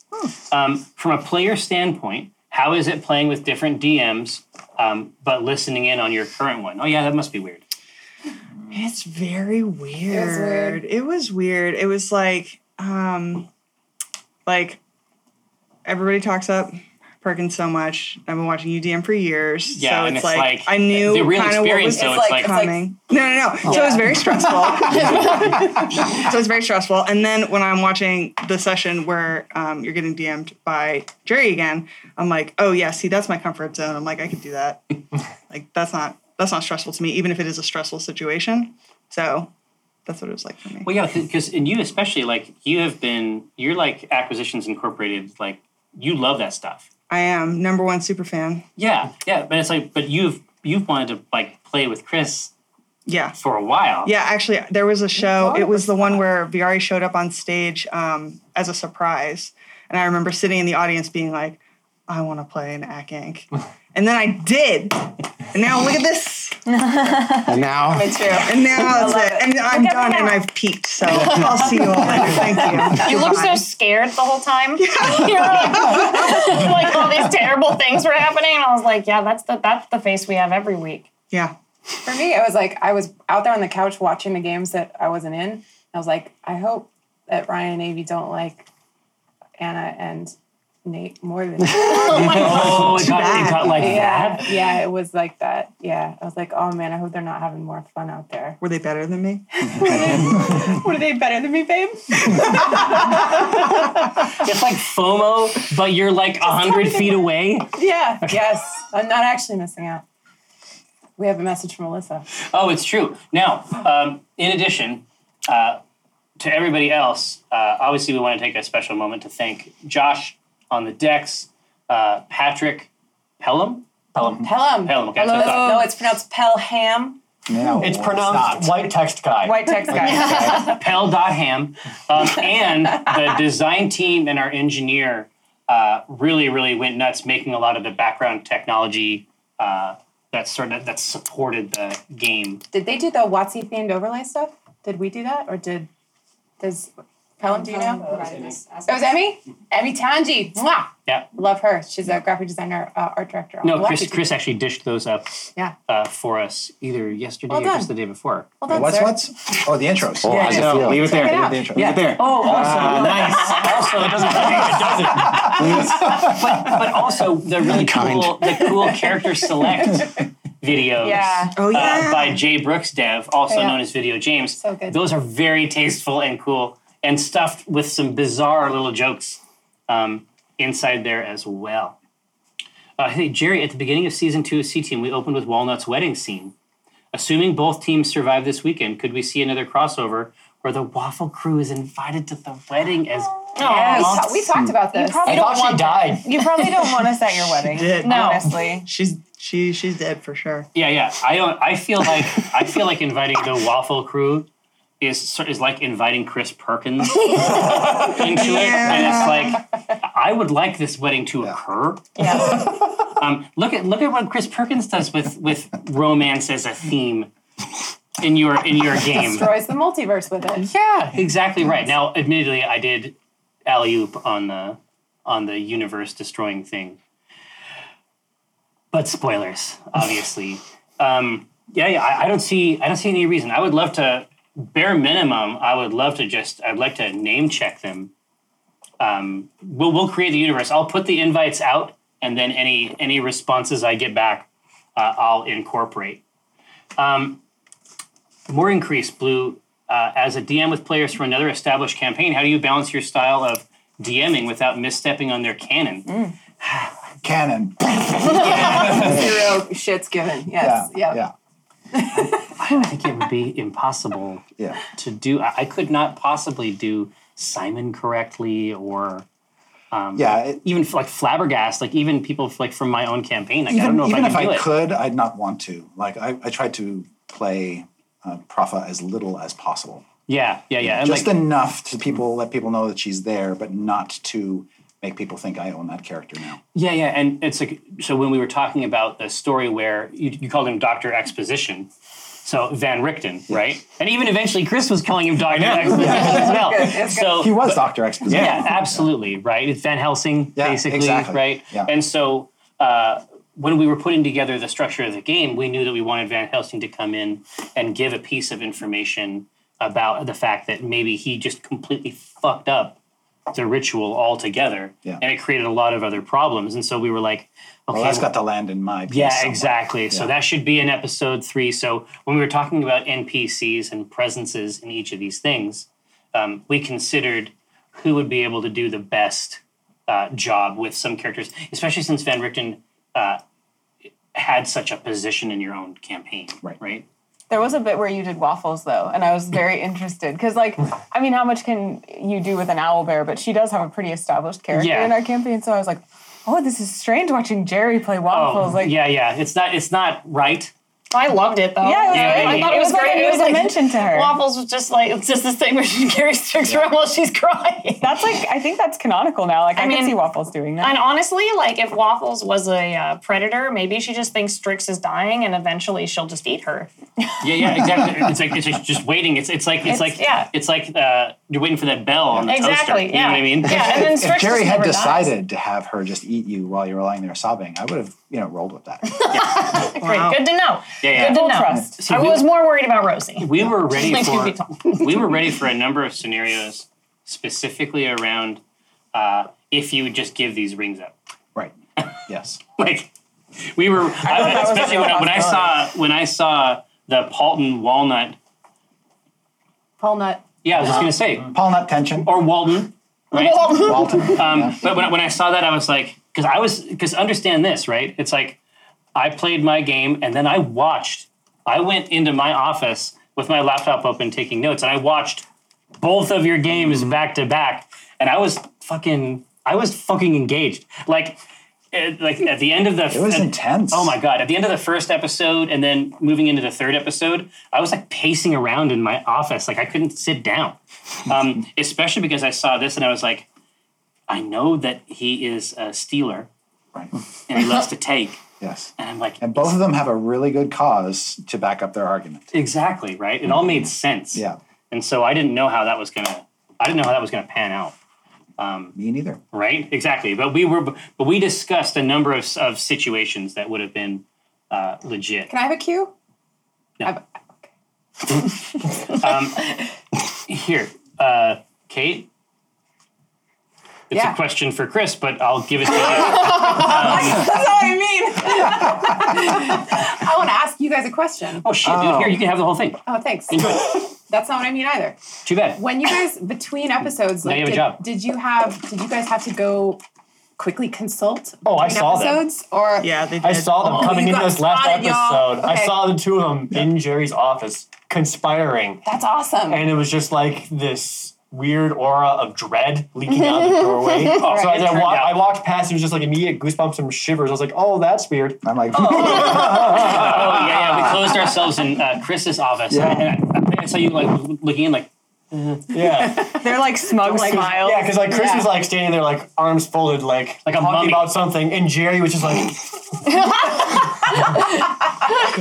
Speaker 1: Um, from a player standpoint, how is it playing with different DMs, um, but listening in on your current one? Oh, yeah, that must be weird.
Speaker 11: It's very weird. It was
Speaker 8: weird.
Speaker 11: weird. It was like, um, like everybody talks up. Perkins so much. I've been watching UDM for years.
Speaker 1: Yeah,
Speaker 11: so
Speaker 1: and it's
Speaker 11: it's, like,
Speaker 1: like
Speaker 11: I knew
Speaker 1: the real
Speaker 11: kind of what
Speaker 1: experience,
Speaker 11: was
Speaker 1: though, it's like-
Speaker 11: coming. no, no, no. So it was very
Speaker 1: *laughs*
Speaker 11: stressful. *laughs* so it's very stressful. And then when I'm watching the session where um, you're getting DM'd by Jerry again, I'm like, oh yeah, see, that's my comfort zone. I'm like, I could do that. like that's not that's not stressful to me, even if it is a stressful situation. So that's what it was like for me.
Speaker 1: Well, yeah, because and you especially like you have been you're like acquisitions incorporated like you love that stuff.
Speaker 11: I am number one super fan.
Speaker 1: Yeah, yeah, but it's like but you've you've wanted to like play with Chris
Speaker 11: Yeah.
Speaker 1: for a while.
Speaker 11: Yeah, actually, there was a show. It was the one where Viari showed up on stage um, as a surprise, and I remember sitting in the audience being like, "I want to play an Ack Inc." and then I did, and now look at this.
Speaker 5: And now,
Speaker 6: Me too.
Speaker 11: And now it's it. and I'm
Speaker 3: Look at
Speaker 11: done,
Speaker 3: me
Speaker 11: and
Speaker 3: now.
Speaker 11: I've peaked. *laughs* So I'll see you all later. Thank you.
Speaker 3: You looked so
Speaker 11: Goodbye.
Speaker 3: scared the whole time. *laughs* you were like, *laughs* like all these terrible things were happening, and I was like, yeah, that's the that's the face we have every week.
Speaker 11: yeah.
Speaker 4: For me, it was like I was out there on the couch watching the games that I wasn't in. I was like, I hope that Ryan and Avy don't like Anna and Nate more than *laughs*
Speaker 1: Oh, it got, it got like
Speaker 4: yeah,
Speaker 1: that.
Speaker 4: yeah. It was like that. Yeah, I was like, oh man, I hope they're not having more fun out there.
Speaker 11: Were they better than me?
Speaker 4: What are they better than me, babe?
Speaker 1: It's like FOMO, but you're like a hundred feet away.
Speaker 4: Yeah. Yes. I'm not actually missing out. We have a message from Alyssa.
Speaker 1: Oh, it's true. Now, um, in addition uh, to everybody else, uh, obviously we want to take a special moment to thank Josh on the decks, uh, Patrick Pelham. Pelham.
Speaker 4: Pelham.
Speaker 1: Pelham, okay, that's
Speaker 4: Hello.
Speaker 1: what I thought.
Speaker 4: No, it's pronounced Pelham.
Speaker 2: No,
Speaker 7: It's pronounced white text guy.
Speaker 6: White text guy.
Speaker 4: *laughs*
Speaker 1: Pel.ham. Um, and the design team and our engineer uh, really, really went nuts making a lot of the background technology uh, that sort of that supported the game.
Speaker 4: Did they do the Watsy themed overlay stuff? Did we do that, or did does Pelham? Do you know? It was Emmy. Emmy Tanji. Mwah!
Speaker 1: Yeah.
Speaker 4: Love her. She's a graphic designer, uh, art director. on
Speaker 1: No,
Speaker 4: Watsy
Speaker 1: Chris
Speaker 4: Themed.
Speaker 1: Chris actually dished those up
Speaker 4: Yeah.
Speaker 1: uh, for us either yesterday
Speaker 4: Well
Speaker 1: or
Speaker 4: done.
Speaker 1: just the day before.
Speaker 4: Well done,
Speaker 2: What's
Speaker 4: sir.
Speaker 2: what's? Oh, the intros.
Speaker 5: oh, how's it
Speaker 10: No,
Speaker 5: feel?
Speaker 10: leave it there.
Speaker 4: Check it
Speaker 10: Leave
Speaker 4: out.
Speaker 10: it, there. Leave it there.
Speaker 1: Oh, also,
Speaker 7: also, it doesn't it doesn't.
Speaker 1: but, but also the really
Speaker 5: Unkind.
Speaker 1: cool the cool character
Speaker 4: *laughs*
Speaker 1: select videos.
Speaker 6: Yeah.
Speaker 11: Oh, yeah.
Speaker 1: Uh, by Jay Brooks Dev, also
Speaker 4: Yeah.
Speaker 1: known as Video James.
Speaker 4: So good.
Speaker 1: Those are very tasteful and cool, and stuffed with some bizarre little jokes um, inside there as well. Uh, hey Jerry, at the beginning of season two of C Team, we opened with Walnut's wedding scene. Assuming both teams survive this weekend, could we see another crossover where the Waffle Crew is invited to the wedding as
Speaker 4: We,
Speaker 1: guests?
Speaker 4: ta- we talked about this.
Speaker 7: I thought she died.
Speaker 6: You probably don't *laughs* want
Speaker 1: *laughs*
Speaker 6: us at your wedding.
Speaker 11: did.
Speaker 6: No. Honestly.
Speaker 11: She's she she's dead for sure.
Speaker 1: Yeah, yeah. I don't. I feel like I feel like inviting the waffle crew is sort- is like inviting Chris Perkins into it, and it's like I would like this wedding to occur.
Speaker 6: Yeah.
Speaker 1: Um, look at look at what Chris Perkins does with with romance as a theme in your in
Speaker 4: *laughs*
Speaker 1: your game.
Speaker 4: Destroys the multiverse with it.
Speaker 1: Yeah, exactly right. Now, admittedly, I did alley oop on the on the universe destroying thing, but spoilers, obviously. um, yeah, yeah. I, I don't see. I don't see any reason. I would love to. Bare minimum, I would love to just. I'd like to name check them. Um, we'll we'll create the universe. I'll put the invites out, and then any any responses I get back, uh, I'll incorporate. Um, more increase blue uh, as a dm with players from another established campaign how do you balance your style of dming without misstepping on their canon
Speaker 2: Canon.
Speaker 4: *laughs* Zero shits given. Yes.
Speaker 2: yeah.
Speaker 4: Yeah.
Speaker 2: Yeah.
Speaker 1: *laughs* i think it would be impossible
Speaker 2: Yeah.
Speaker 1: to do i, I could not possibly do simon correctly or um,
Speaker 2: Yeah, it-
Speaker 1: even f- like flabbergast like even people f- like from my own campaign like, i don't know if i
Speaker 2: even
Speaker 1: can
Speaker 2: if
Speaker 1: do
Speaker 2: I
Speaker 1: it
Speaker 2: could, I'd not want to. Like I, I tried to play uh, Profa as little as possible,
Speaker 1: yeah yeah yeah and
Speaker 2: just
Speaker 1: like
Speaker 2: enough to people let people know that she's there, but not to make people think I own that character now.
Speaker 1: yeah yeah and it's like so when we were talking about the story where you, you called him dr exposition so van richten right and even eventually chris was calling him dr exposition as
Speaker 2: *laughs*
Speaker 1: well so
Speaker 2: He was Doctor Exposition.
Speaker 1: Yeah, absolutely, right? It's Van Helsing,
Speaker 2: Yeah,
Speaker 1: basically,
Speaker 2: exactly.
Speaker 1: right?
Speaker 2: Yeah.
Speaker 1: And so uh, when we were putting together the structure of the game, we knew that we wanted Van Helsing to come in and give a piece of information about the fact that maybe he just completely fucked up the ritual altogether,
Speaker 2: Yeah.
Speaker 1: and it created a lot of other problems. And so we were like, okay,
Speaker 2: Well, that's got to land in my piece
Speaker 1: yeah,
Speaker 2: somewhere.
Speaker 1: exactly. So
Speaker 2: Yeah.
Speaker 1: that should be in episode three. So when we were talking about NPCs and presences in each of these things, um, we considered who would be able to do the best uh, job with some characters, especially since Van Richten uh, had such a position in your own campaign.
Speaker 2: Right.
Speaker 1: Right.
Speaker 6: There was a bit where you did waffles though, and I was
Speaker 1: *laughs*
Speaker 6: very interested because, like, I mean, how much can you do with an owl bear? But she does have a pretty established character
Speaker 1: Yeah.
Speaker 6: in our campaign, so I was like, oh, this is strange watching Jerry play
Speaker 3: Oh,
Speaker 6: waffles. like,
Speaker 1: Oh, yeah, yeah. It's not. It's not right.
Speaker 3: I loved it though.
Speaker 6: Yeah, it was
Speaker 1: Yeah,
Speaker 6: great.
Speaker 1: I thought
Speaker 6: it was, like a new
Speaker 3: It was like-
Speaker 6: dimension to her.
Speaker 3: Waffles was just like it's just this thing where she carries sticks around while she's crying.
Speaker 6: that's like I think that's canonical now. Like I, can
Speaker 3: mean-
Speaker 6: see waffles doing that.
Speaker 3: And honestly, like if Waffles was a uh, predator, maybe she just thinks Strix is dying, and eventually she'll just eat her.
Speaker 1: Yeah, yeah, exactly. it's like it's just, just waiting. It's it's like it's,
Speaker 3: It's-
Speaker 1: like
Speaker 3: yeah.
Speaker 1: It's like uh, you're waiting for that bell on the toaster.
Speaker 3: Exactly.
Speaker 1: You
Speaker 3: yeah.
Speaker 1: know what I mean?
Speaker 3: Yeah. And then Strix
Speaker 2: If Jerry
Speaker 3: just
Speaker 2: had
Speaker 3: never dies.
Speaker 2: decided to have her just eat you while you were lying there sobbing, I would have, you know, rolled with that.
Speaker 3: Great. Good to know.
Speaker 1: Yeah, yeah.
Speaker 3: Good to
Speaker 1: Full
Speaker 3: know.
Speaker 6: trust.
Speaker 1: So
Speaker 3: I
Speaker 1: we-
Speaker 3: was more worried about Rosie.
Speaker 1: we were ready
Speaker 3: Like, *laughs* we
Speaker 1: for
Speaker 3: don't-
Speaker 1: we were ready for a number of scenarios specifically around uh, if you would just give these rings up
Speaker 2: right. Yes.
Speaker 1: like we were I,
Speaker 6: that was
Speaker 1: especially
Speaker 6: a
Speaker 1: when, I-
Speaker 6: real
Speaker 1: when i saw when i saw the palton walnut
Speaker 4: Paul Nut.
Speaker 1: yeah i was just going to say
Speaker 2: Paul Nut tension.
Speaker 1: or walton right
Speaker 2: Walton.
Speaker 1: Um, But when, when I saw that, I was like, because I was, because understand this, right? It's like I played my game and then I watched. I went into my office with my laptop open, taking notes, and I watched both of your
Speaker 2: Mm-hmm.
Speaker 1: games back to back, and I was fucking, I was fucking engaged. Like, eh, like at the end of the,
Speaker 2: It was intense.
Speaker 1: Oh my god! At the end of the first episode, and then moving into the third episode, I was like pacing around in my office, like I couldn't sit
Speaker 2: *laughs*
Speaker 1: down. Um, especially because I saw this, and I was like, I know that he is a stealer
Speaker 2: Right.
Speaker 1: and he loves to take.
Speaker 2: *laughs* Yes.
Speaker 1: And I'm like,
Speaker 2: And both of them have a really good cause to back up their argument. Mm-hmm.
Speaker 1: exactly, right? It all made sense.
Speaker 2: Yeah.
Speaker 1: And so I didn't know how that was going to, I didn't know how that was going to pan out. Um,
Speaker 2: Me neither.
Speaker 1: Right? Exactly. But we were, but we discussed a number of, of situations that would have been uh, legit.
Speaker 4: Can I have a cue?
Speaker 1: Um, Here, uh, Kate. It's
Speaker 4: Yeah.
Speaker 1: a question for Chris, but I'll give it to
Speaker 4: *laughs*
Speaker 1: you.
Speaker 4: That's all I mean. *laughs* I want to ask you guys a question.
Speaker 1: oh shit, dude! Here, you can have the whole thing.
Speaker 4: Oh, thanks.
Speaker 1: Enjoy. it.
Speaker 4: That's not what I mean either.
Speaker 1: Too bad.
Speaker 4: When you guys between episodes,
Speaker 1: Now
Speaker 4: like,
Speaker 1: you have a job.
Speaker 4: did, did you have? Did you guys have to go quickly consult?
Speaker 7: Oh, I
Speaker 4: between
Speaker 7: saw that.
Speaker 4: episodes or
Speaker 11: Yeah, they did.
Speaker 7: I saw them
Speaker 4: Oh,
Speaker 7: coming
Speaker 4: you
Speaker 7: into
Speaker 4: got
Speaker 7: this last
Speaker 4: spotted, y'all.
Speaker 7: episode. I
Speaker 4: Okay.
Speaker 7: saw the two of them in Jerry's office conspiring,
Speaker 4: That's
Speaker 1: *laughs*
Speaker 4: awesome.
Speaker 7: and it was just like this weird aura of dread leaking out the
Speaker 4: *laughs*
Speaker 1: *laughs*
Speaker 7: doorway. So as
Speaker 1: Right, Oh, it
Speaker 7: I,
Speaker 1: turned
Speaker 7: wa-
Speaker 1: out.
Speaker 7: I walked past, it was just like immediate goosebumps and shivers. I was like, "Oh, that's weird." *laughs*
Speaker 1: *laughs*
Speaker 2: I'm like,
Speaker 1: Oh yeah, yeah. We closed ourselves in uh, Chris's office, and *laughs* I, I saw you like looking in, like
Speaker 7: Yeah,
Speaker 6: *laughs* They're like smug smiles.
Speaker 7: yeah, because like Chris
Speaker 4: Yeah.
Speaker 7: was like standing there, like arms folded, like
Speaker 1: Like a
Speaker 7: talking
Speaker 1: mummy.
Speaker 7: about something, and Jerry was just like,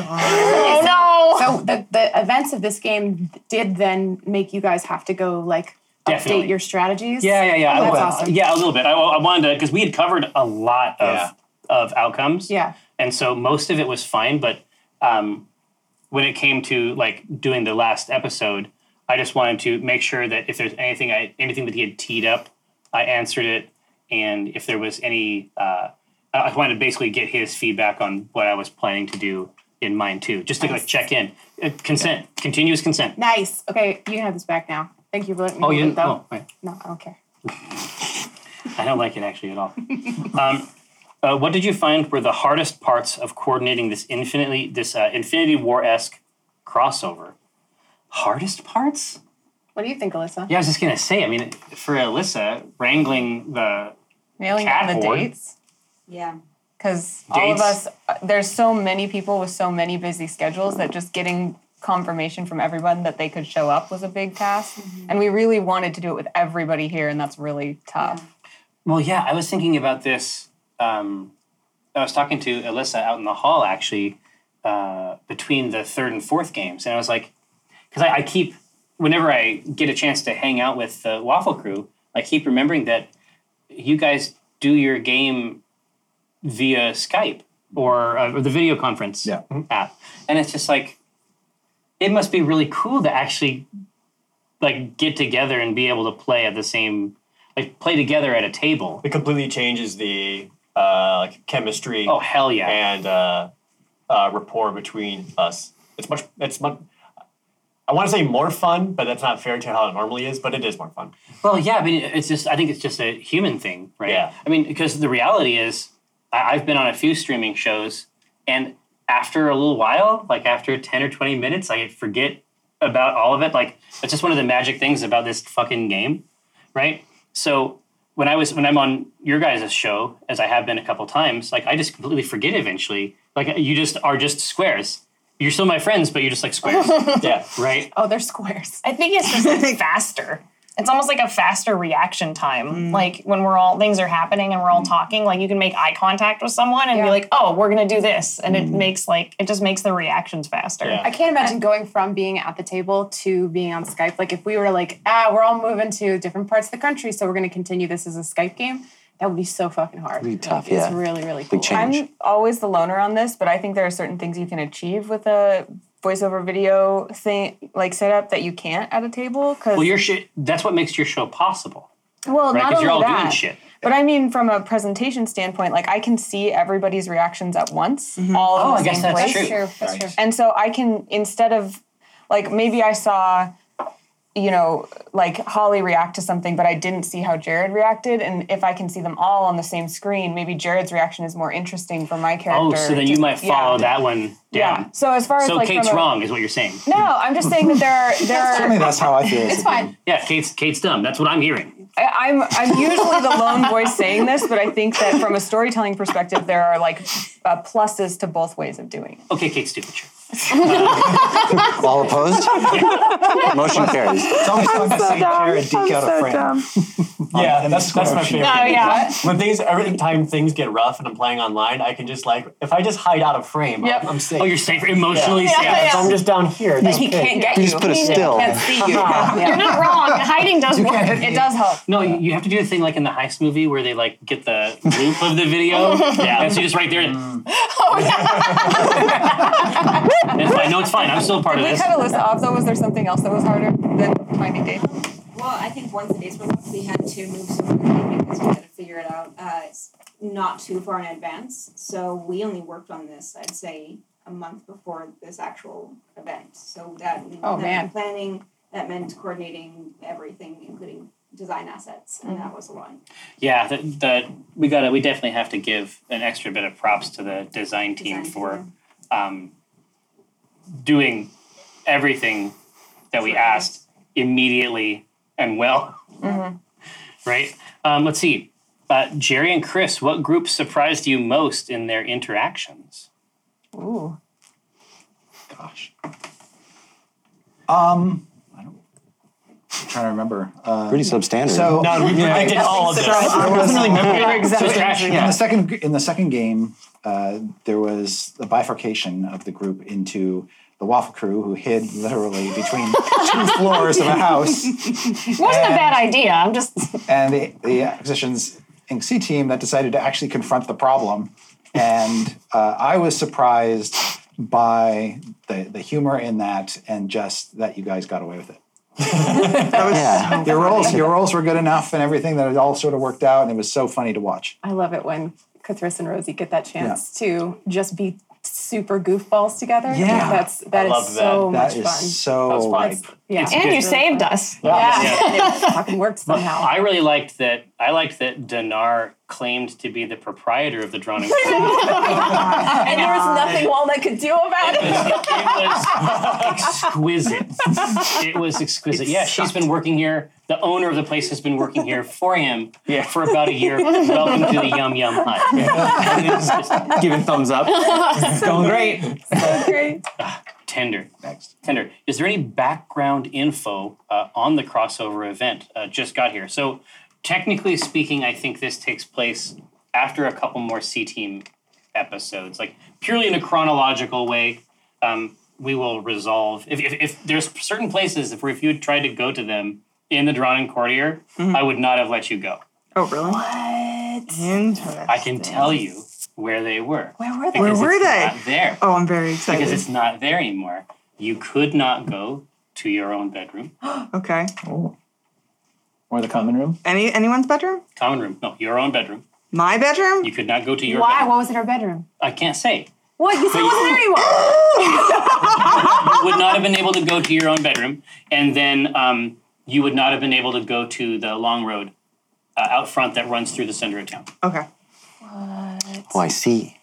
Speaker 3: Oh
Speaker 4: So the, the events of this game did then make you guys have to go like
Speaker 1: Definitely.
Speaker 4: update your strategies.
Speaker 1: yeah, yeah, yeah. I
Speaker 4: Oh, That's
Speaker 1: will.
Speaker 4: awesome.
Speaker 1: Yeah, a little bit. I, I wanted to because we had covered a lot of
Speaker 2: Yeah.
Speaker 1: of outcomes.
Speaker 4: Yeah.
Speaker 1: and so most of it was fine, but um, when it came to like doing the last episode, I just wanted to make sure that if there's anything I anything that he had teed up, I answered it, and if there was any, uh, I- I wanted to basically get his feedback on what I was planning to do in mine too, just to like check in. Uh, consent, continuous consent.
Speaker 4: Nice. Okay, you can have this back now. Thank you for letting me.
Speaker 1: Oh, you
Speaker 4: hold it,
Speaker 1: didn't.
Speaker 4: though.
Speaker 1: Oh, right.
Speaker 4: No, I don't care.
Speaker 1: I don't like it actually at all. um, uh, what did you find were the hardest parts of coordinating this infinitely this uh, Infinity War esque crossover? Hardest parts?
Speaker 4: What do you think, Alyssa?
Speaker 1: Yeah, I was just gonna say. I mean, for Alyssa, wrangling the
Speaker 6: Nailing down
Speaker 1: Cat
Speaker 6: the
Speaker 1: board.
Speaker 6: dates.
Speaker 12: Yeah.
Speaker 6: Because all of
Speaker 1: Dates.
Speaker 6: us, uh, there's so many people with so many busy schedules that just getting confirmation from everyone that they could show up was a big task. And we really wanted to do it with everybody here, and that's really tough.
Speaker 1: well, yeah, I was thinking about this. Um, I was talking to Alyssa out in the hall actually uh, between the third and fourth games, and I was like, because I, I keep whenever I get a chance to hang out with the Waffle Crew, I keep remembering that you guys do your game via Skype or, uh, or the video conference
Speaker 2: Yeah.
Speaker 1: app, and it's just like it must be really cool to actually like get together and be able to play at the same. like play together at a table.
Speaker 7: It completely changes the uh, like chemistry
Speaker 1: Oh hell yeah!
Speaker 7: and uh, uh, rapport between us. It's much. It's much. I want to say more fun, but that's not fair to how it normally is. But it is more fun.
Speaker 1: Well, yeah, I mean, it's just I think it's just a human thing, right?
Speaker 7: Yeah.
Speaker 1: I mean, because the reality is, I, I've been on a few streaming shows, and after a little while, like after ten or twenty minutes, I forget about all of it. Like it's just one of the magic things about this fucking game, right? So when I was when I'm on your guys' show, as I have been a couple times, like I just completely forget eventually. Like you just are just squares. You're still my friends, but you're just like squares,
Speaker 7: *laughs* Yeah.
Speaker 1: right?
Speaker 4: Oh, they're squares.
Speaker 3: I think it's just
Speaker 4: *laughs*
Speaker 3: like faster. It's almost like a faster reaction time.
Speaker 4: Mm.
Speaker 3: Like when we're all things are happening and we're all talking, like you can make eye contact with someone and be
Speaker 4: Yeah. Mm.
Speaker 3: like, "Oh, we're gonna do this," and it makes like it just makes the reactions faster.
Speaker 7: Yeah.
Speaker 4: I can't imagine going from being at the table to being on Skype. Like if we were like, ah, we're all moving to different parts of the country, so we're going to continue this as a Skype game. That would be so fucking hard.
Speaker 5: It'd be tough,
Speaker 4: It's
Speaker 5: yeah.
Speaker 4: really, really cool.
Speaker 5: change.
Speaker 6: I'm always the loner on this, but I think there are certain things you can achieve with a voiceover video thing, like setup that you can't at a table. Because
Speaker 1: Well, your shit. That's what makes your show possible,
Speaker 6: well,
Speaker 1: right?
Speaker 6: not
Speaker 1: Because
Speaker 6: only
Speaker 1: you're all
Speaker 6: that,
Speaker 1: doing shit.
Speaker 6: But I mean, from a presentation standpoint, like I can see everybody's reactions at once, all in
Speaker 1: Oh,
Speaker 6: the
Speaker 1: I
Speaker 6: same
Speaker 1: guess that's
Speaker 6: place.
Speaker 1: true.
Speaker 4: That's true. That's
Speaker 2: Right.
Speaker 4: true.
Speaker 6: And so I can instead of like maybe I saw you know like Holly react to something but I didn't see how Jared reacted and if I can see them all on the same screen maybe Jared's reaction is more interesting for my character.
Speaker 1: Oh, so then
Speaker 6: to-
Speaker 1: you might follow
Speaker 6: yeah.
Speaker 1: that one
Speaker 6: Yeah.
Speaker 1: down.
Speaker 6: So as far as
Speaker 1: So
Speaker 6: like
Speaker 1: Kate's
Speaker 6: from a-
Speaker 1: wrong, is what you're saying.
Speaker 6: No, I'm just saying that there are there
Speaker 1: *laughs*
Speaker 6: are
Speaker 2: Certainly, that's how I feel.
Speaker 6: *laughs*
Speaker 4: It's fine.
Speaker 1: Yeah, Kate's Kate's dumb. That's what I'm hearing.
Speaker 6: I, I'm I'm usually the lone voice saying this, but I think that from a storytelling perspective, there are like uh, pluses to both ways of doing it.
Speaker 1: Okay, Kate's stupid.
Speaker 2: *laughs*
Speaker 1: Sure.
Speaker 5: All
Speaker 1: *laughs*
Speaker 5: opposed? Motion carries.
Speaker 2: It's always fun to see Jared deke out a friend. *laughs*
Speaker 7: Yeah,
Speaker 2: and
Speaker 7: that's
Speaker 2: the
Speaker 7: that's my
Speaker 2: square
Speaker 7: favorite.
Speaker 3: Oh yeah.
Speaker 7: When things every time things get rough and I'm playing online, I can just like if I just hide out of frame,
Speaker 6: Yep.
Speaker 7: I'm, I'm safe.
Speaker 1: Oh, you're safe, emotionally
Speaker 3: Yeah,
Speaker 1: safe.
Speaker 3: yeah,
Speaker 7: If I'm just down here. That's Uh-huh.
Speaker 4: He
Speaker 7: okay.
Speaker 4: can't get
Speaker 5: You
Speaker 4: you.
Speaker 5: just put a
Speaker 4: He
Speaker 5: still.
Speaker 4: Can't see you.
Speaker 3: You're not wrong. Hiding does work.
Speaker 6: It does help.
Speaker 1: No, you- you have to do the thing like in the heist movie where they like get the loop of the video. yeah, and so you're just right there. And it's like, no, it's fine. I'm still part of
Speaker 6: Did we
Speaker 1: this.
Speaker 6: cut Alyssa off though? Was there something else that was harder than finding Dave?
Speaker 12: Well, I think once the days were booked, we had to move so quickly because we had to figure it out uh, s- not too far in advance. So we only worked on this, I'd say, a month before this actual event. So that,
Speaker 4: Oh,
Speaker 12: that
Speaker 4: man.
Speaker 12: meant planning, that meant coordinating everything, including design assets, and
Speaker 4: Mm-hmm.
Speaker 12: that was a lot.
Speaker 1: Yeah, the, the we gotta we definitely have to give an extra bit of props to the design team
Speaker 12: Design
Speaker 1: for
Speaker 12: team.
Speaker 1: um, doing everything that we asked immediately and well.
Speaker 4: Mm-hmm.
Speaker 1: *laughs* Right. Um, let's see. Uh, Jerry and Chris, what group surprised you most in their interactions?
Speaker 6: Ooh.
Speaker 2: Gosh. Um, I don't. I'm trying to remember. Uh,
Speaker 5: Pretty substandard.
Speaker 2: so
Speaker 7: No, we predicted all of this.
Speaker 2: I was,
Speaker 1: Yeah,
Speaker 6: exactly.
Speaker 2: in the second in the second game, uh, there was the bifurcation of the group into the waffle crew who hid literally between two floors of a
Speaker 4: *laughs*
Speaker 2: house
Speaker 3: It wasn't a bad idea. I'm just *laughs*
Speaker 2: and the, the acquisitions Inc. C team that decided to actually confront the problem. And uh, I was surprised by the, the humor in that and just that you guys got away with it.
Speaker 5: yeah.
Speaker 2: Your roles, your roles were good enough and everything that it all sort of worked out. And it was so funny to watch.
Speaker 4: I love it when Cathris and Rosie get that chance to just be super goofballs together. I think
Speaker 2: Yeah.
Speaker 4: that's that is
Speaker 7: love
Speaker 4: so
Speaker 2: That
Speaker 4: much
Speaker 2: is
Speaker 4: fun.
Speaker 2: so
Speaker 7: That's
Speaker 2: like,
Speaker 4: That's- yeah,
Speaker 1: It's
Speaker 3: and
Speaker 1: good.
Speaker 3: you saved us.
Speaker 4: Yeah,
Speaker 1: Yeah.
Speaker 4: *laughs* it fucking worked somehow.
Speaker 1: I really liked that. I liked that Dinar claimed to be the proprietor of the *laughs* Droning. Pool.
Speaker 4: *laughs* and there was nothing Walnut could do about
Speaker 1: It was-
Speaker 10: *laughs*
Speaker 1: it was exquisite. It was exquisite. yeah, she's been working here. The owner of the place has been working here for him
Speaker 10: Yeah.
Speaker 1: for about a year. Welcome to the Yum Yum Hut. And *laughs* it was *laughs* just
Speaker 10: Giving thumbs up. It's going great.
Speaker 4: Great.
Speaker 1: tender.
Speaker 2: next.
Speaker 1: Tender, is there any background info uh, on the crossover event? Uh, just got here. So, technically speaking, I think this takes place after a couple more C Team episodes, like purely in a chronological way. Um, we will resolve if, if, if there's certain places if, if you had tried to go to them in the Drawn Courtier,
Speaker 11: Mm-hmm.
Speaker 1: I would not have let you go.
Speaker 11: Oh, really? Interesting.
Speaker 1: I can tell you where they were.
Speaker 4: Where were they?
Speaker 1: because
Speaker 11: Where were
Speaker 1: it's
Speaker 11: they?
Speaker 1: not there.
Speaker 11: Oh, I'm very
Speaker 1: Because
Speaker 11: excited. *gasps*
Speaker 1: it's not there anymore.
Speaker 11: Oh.
Speaker 1: You could not go to your own bedroom.
Speaker 11: Okay.
Speaker 10: Or the common room?
Speaker 11: Any anyone's bedroom?
Speaker 1: Common room. No, your own bedroom.
Speaker 11: My bedroom?
Speaker 1: You could not go to your
Speaker 11: Why?
Speaker 1: bedroom.
Speaker 11: What was in her bedroom?
Speaker 1: I can't say.
Speaker 11: What? You
Speaker 1: said it wasn't
Speaker 11: anyone.
Speaker 1: You would not have been able to go to your own bedroom, and then um, you would not have been able to go to the long road uh, out front that runs through the center of town.
Speaker 11: okay.
Speaker 5: Oh, I see.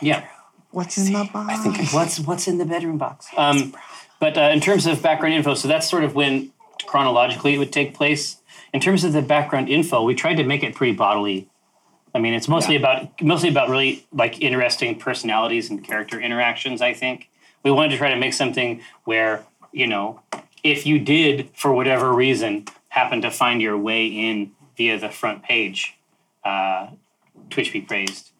Speaker 1: Yeah.
Speaker 11: What's in the box? I
Speaker 5: think
Speaker 1: what's what's in the bedroom box. Um, but uh, in terms of background info, so that's sort of when chronologically it would take place. In terms of the background info, we tried to make it pretty bodily. I mean, it's mostly about mostly about really like interesting personalities and character interactions. I think we wanted to try to make something where you know, if you did for whatever reason happen to find your way in via the front page, uh, Twitch be praised.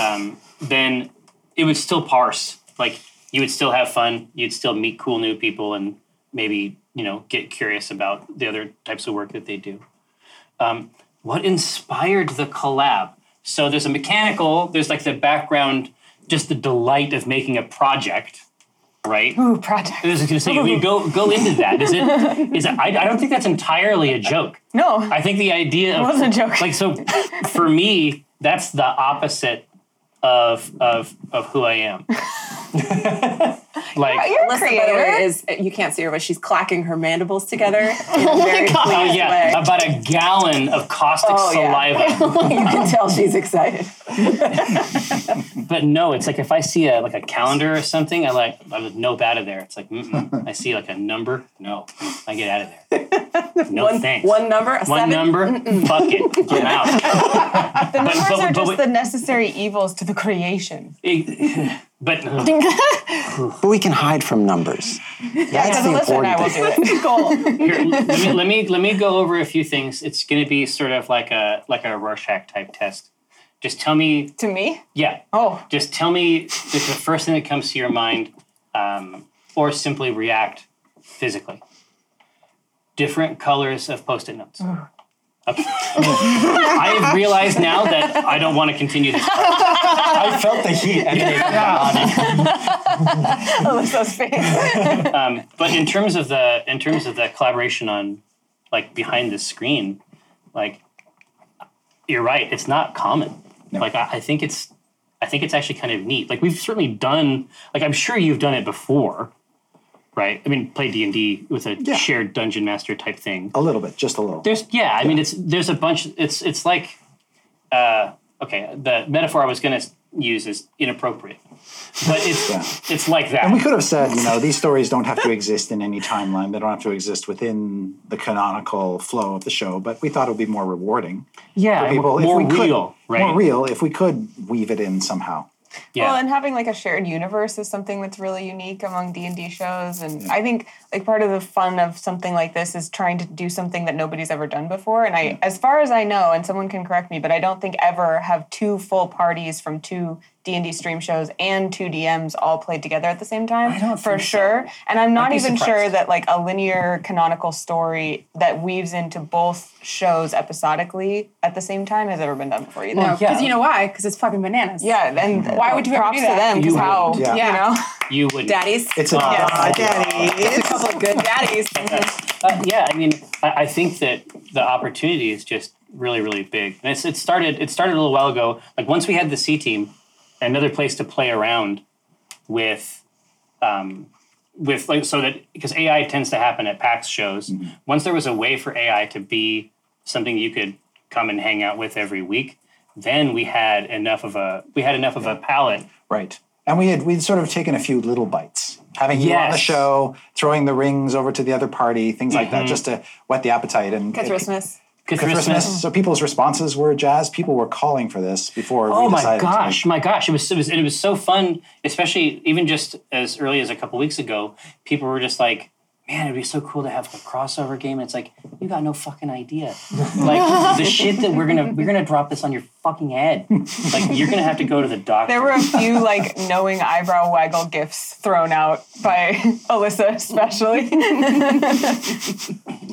Speaker 1: Um, then it would still parse. Like you would still have fun. You'd still meet cool new people and maybe you know get curious about the other types of work that they do. Um, what inspired the collab? So there's a mechanical. There's like the background, just the delight of making a project, right?
Speaker 3: Ooh, project.
Speaker 1: I was going to say we go go into that. Is it? Is it? I, I don't think that's entirely a joke.
Speaker 6: No.
Speaker 1: I think the idea
Speaker 6: It
Speaker 1: of,
Speaker 6: wasn't a joke.
Speaker 1: Like so, for me, that's the opposite of of of who I am. *laughs* like
Speaker 4: You're Alyssa, by the
Speaker 6: creator.
Speaker 4: way, is you can't see her, but she's clacking her mandibles
Speaker 1: *laughs*
Speaker 4: together. in a very
Speaker 1: Oh
Speaker 4: pleased way.
Speaker 1: yeah, about a gallon of caustic
Speaker 4: Oh, yeah.
Speaker 1: saliva.
Speaker 4: *laughs* you can tell she's excited.
Speaker 1: But no, it's like if I see a like a calendar or something, I like I was no out of there. It's like mm-mm. I see like a number, no, I get out of there. No
Speaker 4: one,
Speaker 1: thanks.
Speaker 4: One number, a
Speaker 1: One
Speaker 4: seven.
Speaker 1: number, fuck it, I'm out.
Speaker 6: *laughs* The numbers
Speaker 1: but-
Speaker 6: are
Speaker 1: but
Speaker 6: just
Speaker 1: we-
Speaker 6: the necessary evils to
Speaker 1: *laughs*
Speaker 6: the creation.
Speaker 1: It- but
Speaker 5: But we can hide from numbers. That's the important thing.
Speaker 6: it. Goal.
Speaker 1: Here, let me, let me let me go over a few things. It's going to be sort of like a like a Rorschach type test. Just tell me,
Speaker 6: to me?
Speaker 1: yeah.
Speaker 6: Oh.
Speaker 1: Just tell me just the first thing that comes to your mind, um, or simply react physically. Different colors of post-it notes. Okay. *laughs* I have realized now that I don't want to continue
Speaker 6: *laughs*
Speaker 1: this.
Speaker 7: I
Speaker 4: *laughs*
Speaker 7: felt the heat. And
Speaker 6: Alyssa's
Speaker 1: *laughs*
Speaker 6: face.
Speaker 1: um, but in terms of the in terms of the collaboration on like behind the screen, like you're right, it's not common. Like I, I think it's I think it's actually kind of neat. Like we've certainly done like I'm sure you've done it before, right? I mean, play D and D with a shared dungeon master type thing.
Speaker 2: A little bit, just a little.
Speaker 1: There's yeah, I mean it's there's a bunch. It's it's like uh, okay, the metaphor I was gonna use is inappropriate, but it's it's like that.
Speaker 2: And we could have said, you know, these stories don't have to exist in any timeline. They don't have to exist within the canonical flow of the show. But we thought it would be more rewarding
Speaker 1: Yeah,
Speaker 2: for people
Speaker 1: more
Speaker 2: if we
Speaker 1: real,
Speaker 2: could,
Speaker 1: right?
Speaker 2: more real if we could weave it in somehow.
Speaker 1: Yeah.
Speaker 6: Well, and having like a shared universe is something that's really unique among D and D shows, and I think like part of the fun of something like this is trying to do something that nobody's ever done before. And I, as far as I know, and someone can correct me, but I don't think ever have two full parties from two D and D stream shows and two DMs all played together at the same time. I don't for sure. And I'm not
Speaker 1: be
Speaker 6: even
Speaker 1: surprised.
Speaker 6: sure that like a linear canonical story that weaves into both shows episodically at the same time has ever been done before either.
Speaker 4: No, because you know why? Because it's fucking bananas.
Speaker 6: Yeah, and
Speaker 4: Why would you ever
Speaker 6: props
Speaker 4: do that?
Speaker 6: to them? Because
Speaker 1: You
Speaker 6: how
Speaker 2: would. Yeah.
Speaker 6: you know?
Speaker 1: You would,
Speaker 4: Daddies.
Speaker 2: It's a
Speaker 6: Yeah.
Speaker 4: It's a couple of good daddies.
Speaker 1: uh, yeah. I mean, I, I think that the opportunity is just really, really big. And it's, it started. It started a little while ago. Like once we had the C team, another place to play around with, um, with like so that because AI tends to happen at PAX shows.
Speaker 2: Mm-hmm.
Speaker 1: Once there was a way for AI to be something you could come and hang out with every week, then we had enough of a we had enough of a palette
Speaker 2: Right. And we had we'd sort of taken a few little bites. Having you on the
Speaker 1: Yes.
Speaker 2: show, throwing the rings over to the other party, things like
Speaker 1: Mm-hmm.
Speaker 2: that, just to whet the appetite and
Speaker 4: Good Christmas.
Speaker 1: Good
Speaker 2: Christmas. So people's responses were jazz. People were calling for this before
Speaker 1: Oh
Speaker 2: we
Speaker 1: my
Speaker 2: decided to
Speaker 1: gosh, my gosh! It was it was it was so fun, especially even just as early as a couple weeks ago. People were just like, "Man, it'd be so cool to have a crossover game." It's like you got no fucking idea,
Speaker 2: *laughs*
Speaker 1: like the shit that we're gonna we're gonna drop this on your fucking head. Like you're gonna have to go to the doctor.
Speaker 6: There were a few like knowing eyebrow waggle gifts thrown out by *laughs* Alyssa, especially.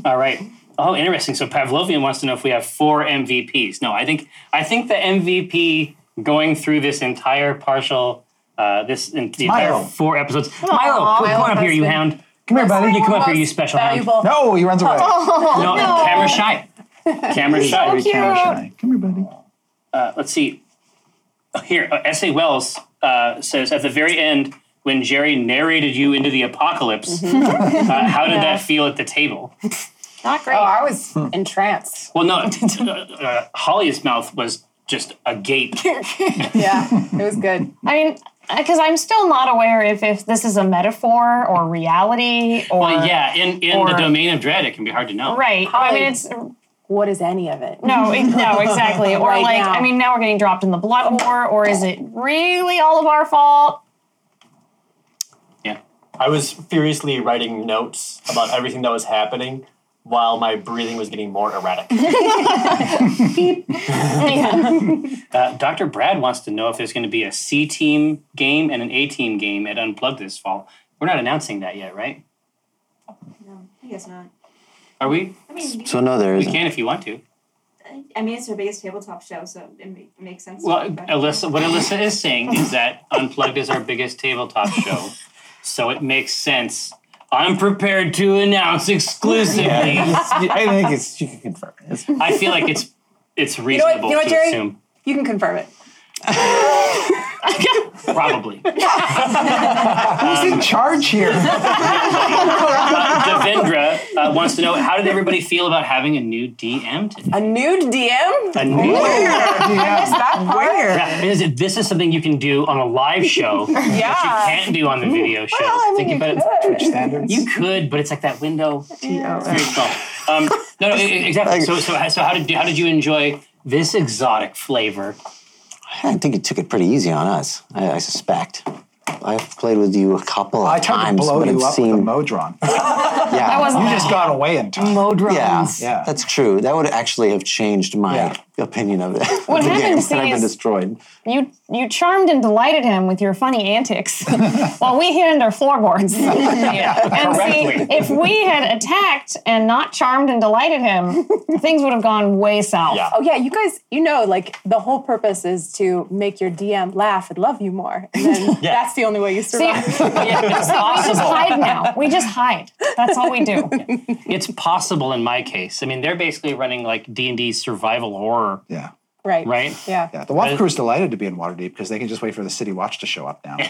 Speaker 1: All right. Oh, interesting. So Pavlovian wants to know if we have four MVPs. No, I think I think the MVP going through this entire partial, uh, this in, the entire
Speaker 2: Milo.
Speaker 1: four episodes. Milo, come on up here, you hound. Come here, buddy. You come up here, you
Speaker 4: most
Speaker 1: special hound.
Speaker 4: valuable-
Speaker 2: No, he runs away.
Speaker 1: *laughs* No, camera shy. Camera
Speaker 2: He's
Speaker 1: shy.
Speaker 2: very camera shy. Come here, buddy.
Speaker 1: uh, let's see. Oh, Here, uh, S.A. Wells uh, says at the very end, when Jerry narrated you into the apocalypse, uh, how did that feel at the table?
Speaker 3: *gasps* Not
Speaker 4: Oh, I was
Speaker 2: Hmm.
Speaker 4: entranced.
Speaker 1: Well, no, *laughs* uh, Holly's mouth was just
Speaker 3: *laughs*
Speaker 1: agape.
Speaker 4: Yeah, it was good.
Speaker 3: I mean, because I'm still not aware if, if this is a metaphor or reality or.
Speaker 1: Well, yeah, in, in the
Speaker 3: or-
Speaker 1: domain of dread, it can be hard to know.
Speaker 3: Right. I *laughs*
Speaker 4: Holly.
Speaker 3: mean, it's.
Speaker 4: What is any of it?
Speaker 3: No, e-
Speaker 4: *laughs*
Speaker 3: no, exactly. Or
Speaker 4: Right
Speaker 3: like,
Speaker 4: now.
Speaker 3: I mean, now we're getting dropped in the blood war, or is it really all of our fault?
Speaker 1: Yeah.
Speaker 7: I was furiously writing notes about everything that was happening while my breathing was getting more erratic.
Speaker 1: *laughs* Uh, Dr. Brad wants to know if there's going to be a C team game and an A team game at Unplugged this fall. We're not announcing that yet, right?
Speaker 12: No, I guess not.
Speaker 1: Are we?
Speaker 12: I mean,
Speaker 5: So no, there
Speaker 1: We
Speaker 5: isn't.
Speaker 1: can if you want to.
Speaker 12: I mean, it's their biggest tabletop show, so it ma- makes sense. to
Speaker 1: Well,
Speaker 12: do that.
Speaker 1: Alyssa, what Alyssa is saying is that Unplugged is our biggest tabletop show, so it makes sense. I'm prepared to announce exclusively.
Speaker 10: I think it's you can confirm. It's,
Speaker 1: I feel like it's it's
Speaker 4: know what-
Speaker 1: reasonable
Speaker 4: you know what,
Speaker 1: to
Speaker 4: Jerry?
Speaker 1: assume
Speaker 4: You can confirm it. *laughs*
Speaker 1: probably. Um,
Speaker 2: Who's in charge here?
Speaker 1: Devendra uh, wants to know how did everybody feel about having a new DM today?
Speaker 4: A nude DM?
Speaker 1: A new
Speaker 2: yeah.
Speaker 4: That part?
Speaker 1: Yeah, this is- this is something you can do on a live
Speaker 4: *laughs*
Speaker 1: show that
Speaker 4: Yeah.
Speaker 1: you can't do on the video show. Think about it.
Speaker 2: Twitch standards.
Speaker 1: You could, but it's like that window. It's very small. Um, no, no, e- e- exactly. So, so, so how did you, how did you enjoy this exotic flavor?
Speaker 5: I think it took it pretty easy on us. I, I suspect. I've played with you a couple of
Speaker 2: I tried to
Speaker 5: times,
Speaker 2: blow
Speaker 5: but
Speaker 2: you
Speaker 5: I've
Speaker 2: up with a
Speaker 5: seen.
Speaker 1: *laughs*
Speaker 2: modron.
Speaker 5: yeah,
Speaker 2: You just got away in time.
Speaker 5: yeah,
Speaker 2: Yeah.
Speaker 5: that's true. That would actually have changed my
Speaker 2: Yeah.
Speaker 5: opinion *laughs* of it.
Speaker 3: What
Speaker 5: the game,
Speaker 3: happened to
Speaker 5: and I've
Speaker 3: see
Speaker 5: been *laughs*
Speaker 3: is- *laughs*
Speaker 5: destroyed.
Speaker 3: You you charmed and delighted him with your
Speaker 1: *laughs*
Speaker 3: funny antics while we hid under floorboards. and see,
Speaker 1: correctly.
Speaker 3: if we had attacked and not charmed and delighted him, things would have gone way south.
Speaker 7: Yeah.
Speaker 4: Oh yeah, you guys, you know, like the whole purpose is to make your DM laugh and love
Speaker 3: *laughs*
Speaker 4: you more. And then that's the only way you
Speaker 3: See,
Speaker 4: survive. *laughs*
Speaker 1: it's
Speaker 3: we just
Speaker 1: possible.
Speaker 3: hide now. We just hide. That's all we do.
Speaker 1: It's possible in my case. I mean, they're basically running like D and D survival horror,
Speaker 2: Yeah.
Speaker 4: right.
Speaker 1: right?
Speaker 4: Yeah.
Speaker 2: Yeah. The Waffle Crew is delighted to be in Waterdeep because they can just wait for the city watch to show up now. *laughs*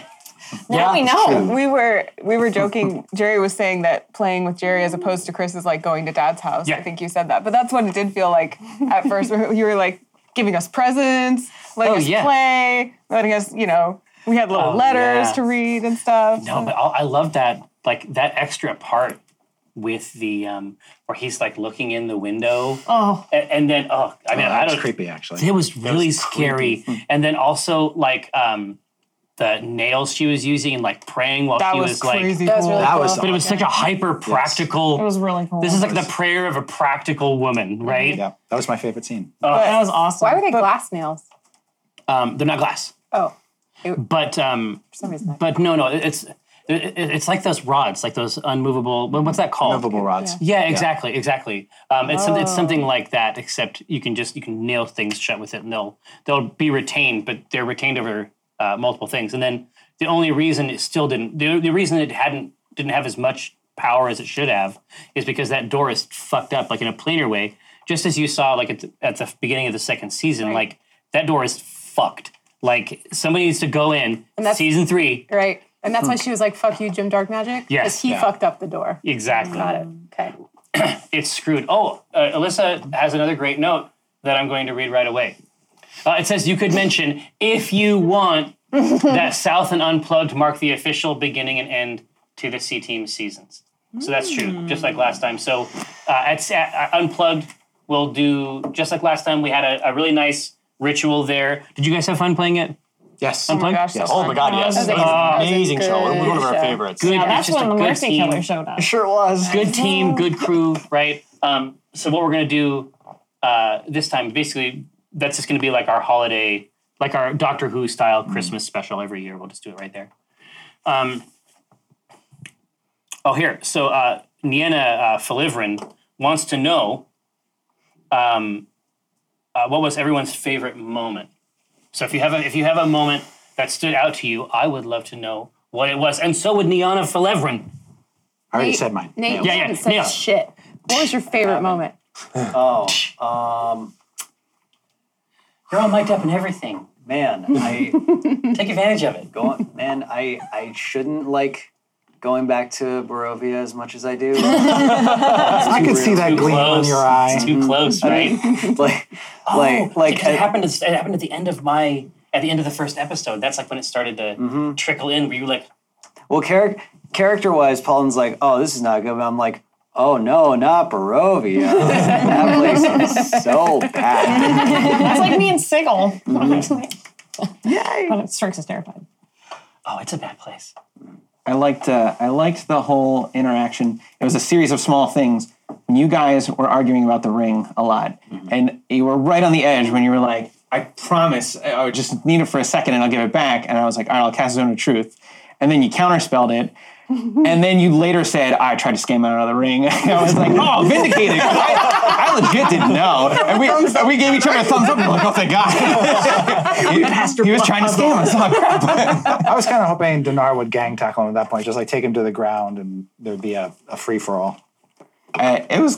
Speaker 3: Now we know.
Speaker 6: We were we were joking. Jerry was saying that playing with Jerry as opposed to Chris is like going to Dad's house.
Speaker 1: Yeah.
Speaker 6: I think you said that, but that's what it did feel like at first. *laughs* you were like giving us presents, letting
Speaker 1: Oh,
Speaker 6: us
Speaker 1: yeah.
Speaker 6: play, letting us, you know, we had little
Speaker 1: Oh,
Speaker 6: letters
Speaker 1: yeah.
Speaker 6: to read and stuff.
Speaker 1: No,
Speaker 6: *laughs*
Speaker 1: but i I love that like that extra part with the um where he's like looking in the window.
Speaker 3: Oh.
Speaker 1: A- And, then oh, I mean,
Speaker 2: Oh,
Speaker 1: I
Speaker 2: that's
Speaker 1: don't.
Speaker 2: creepy, actually.
Speaker 1: It was really scary.
Speaker 2: Hmm.
Speaker 1: And then also like um the nails she was using and like praying while
Speaker 6: that
Speaker 1: she was,
Speaker 6: was, crazy.
Speaker 1: like.
Speaker 4: That was
Speaker 6: cool.
Speaker 4: really
Speaker 2: That
Speaker 4: cool.
Speaker 2: was
Speaker 1: But it was such a hyper practical.
Speaker 3: It was really cool.
Speaker 1: This is
Speaker 3: *laughs*
Speaker 1: like the prayer of a practical woman, right? Oh,
Speaker 2: Yeah. That was my favorite scene.
Speaker 3: that was awesome.
Speaker 4: Why were they glass nails?
Speaker 1: Um, they're not glass,
Speaker 4: Oh,
Speaker 1: but um,
Speaker 4: for some reason.
Speaker 1: but no, no, it's it, it- it's like those rods, like those unmovable. what- What's that called?
Speaker 2: Movable rods.
Speaker 1: Yeah, exactly, exactly. Um, it's some, it's something like that, except you can just you can nail things shut with it, and they'll they'll be retained, but they're retained over uh, multiple things. And then the only reason it still didn't the, the reason it hadn't didn't have as much power as it should have is because that door is fucked up, like in a planar way. Just as you saw, like at the, at the beginning of the second season, like that door is fucked. Like somebody needs to go in
Speaker 4: that's-
Speaker 1: season three.
Speaker 4: Right. And that's why she was like, fuck you, Jim Dark Magic.
Speaker 1: Yes.
Speaker 4: Because he
Speaker 1: Yeah.
Speaker 4: fucked up the door.
Speaker 1: Exactly.
Speaker 4: Got it. Okay.
Speaker 1: it's screwed. Oh, uh, Alyssa has another great note that I'm going to read right away. Uh, it says you could mention if you want that South and Unplugged mark the official beginning and end to the C Team seasons. So that's true, just like last time. So uh, at, S- at uh, Unplugged, we'll do just like last time. We had a, a really nice ritual there. Did you guys have fun playing it?
Speaker 2: Yes.
Speaker 6: Oh my
Speaker 1: Unplugged?
Speaker 6: gosh,
Speaker 1: Yeah.
Speaker 6: that's
Speaker 7: oh my god, yes.
Speaker 4: That was
Speaker 7: That
Speaker 4: a-
Speaker 7: was
Speaker 4: that was
Speaker 7: an
Speaker 4: a
Speaker 7: amazing show. It was one of our
Speaker 4: good show.
Speaker 7: favorites.
Speaker 1: Good.
Speaker 3: Now
Speaker 1: it's
Speaker 3: that's
Speaker 1: just
Speaker 3: when
Speaker 1: a
Speaker 3: the
Speaker 1: good
Speaker 3: mercy
Speaker 1: team.
Speaker 3: killer showed up.
Speaker 7: Sure was.
Speaker 1: good team, good crew, right? Um, so what we're gonna do uh, this time, basically, that's just gonna be like our holiday, like our Doctor Who
Speaker 4: Hmm.
Speaker 1: style Christmas special every year. We'll just do it right there. Um, oh, here. So uh, Nienna uh, Falivrin wants to know um, uh, what was everyone's favorite moment. So if you have a, if you have a moment that stood out to you, I would love to know what it was, and so would Nienna Falivrin.
Speaker 2: I already
Speaker 4: Nate-
Speaker 2: said mine.
Speaker 4: Nate,
Speaker 2: Nailed
Speaker 4: you
Speaker 2: it.
Speaker 4: haven't said
Speaker 1: nailed it.
Speaker 4: shit. What was your favorite moment?
Speaker 13: Oh, um, you're all mic'd up and everything, man.
Speaker 2: *laughs*
Speaker 13: I take advantage of it. Go on, man. I I shouldn't like going back to Barovia as much as I do.
Speaker 2: I could see that gleam on
Speaker 13: *laughs*
Speaker 2: your eye.
Speaker 13: It's too close, right?
Speaker 2: *laughs* like,
Speaker 13: like,
Speaker 1: Oh,
Speaker 2: like,
Speaker 13: like
Speaker 2: like,
Speaker 13: it, happened. At, it happened at the end of my at the end of the first episode. That's like when it started to
Speaker 2: Mm-hmm.
Speaker 13: trickle in. Where you were
Speaker 2: *laughs*
Speaker 13: like, Well, charac- character wise, Paulton's like, oh, this is not good. But I'm like, oh, no, not
Speaker 1: *laughs*
Speaker 13: Barovia. that place is so Mm-hmm. bad.
Speaker 3: That's like me and Sigil.
Speaker 4: *laughs*
Speaker 3: Yay! But Strix is terrified.
Speaker 13: Oh, it's a bad
Speaker 3: *laughs*
Speaker 13: place.
Speaker 10: I liked uh, I liked the whole interaction. It was a series of small things. When you guys were arguing about the ring a lot, and you were right on the edge when you were like, "I promise, I I just need it for a second, and I'll give it back." And I was like, "All right, I'll cast Zone of Truth," and then you counterspelled it. And then you later said, I tried to scam out of the ring. *laughs* I was like, oh, vindicated. I, I legit didn't know. And we, and we gave each other a thumbs up. We're like, oh, thank
Speaker 1: *laughs*
Speaker 10: God. he, he was trying to scam us. Oh, crap.
Speaker 2: I was kind of hoping Dinar would gang tackle him at that point, just like take him to the ground and there'd be a, a free for all.
Speaker 10: Uh, it was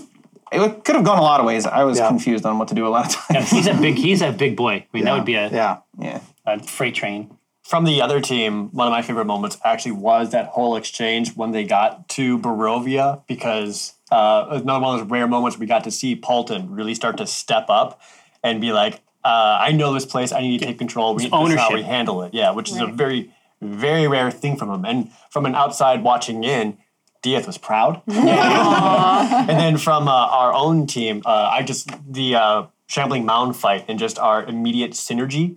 Speaker 10: it wa- could have gone a lot of ways. I was confused on what to do a lot of times.
Speaker 1: he's
Speaker 10: *laughs*
Speaker 1: a big he's a big boy. I mean, that would be a
Speaker 2: yeah
Speaker 10: yeah
Speaker 1: a freight train.
Speaker 7: From the other team, one of my favorite moments actually was that whole exchange when they got to Barovia because uh, another one of those rare moments we got to see Paulton really start to step up and be like, uh, "I know this place. I need to take control. We,
Speaker 1: It's
Speaker 7: this is how
Speaker 1: ownership.
Speaker 7: we handle it." Yeah, which is a
Speaker 1: Right.
Speaker 7: very, very rare thing from him. And from an outside watching in, Diaz was proud. and then from uh, our own team, uh, I just the uh, Shambling Mound fight and just our immediate synergy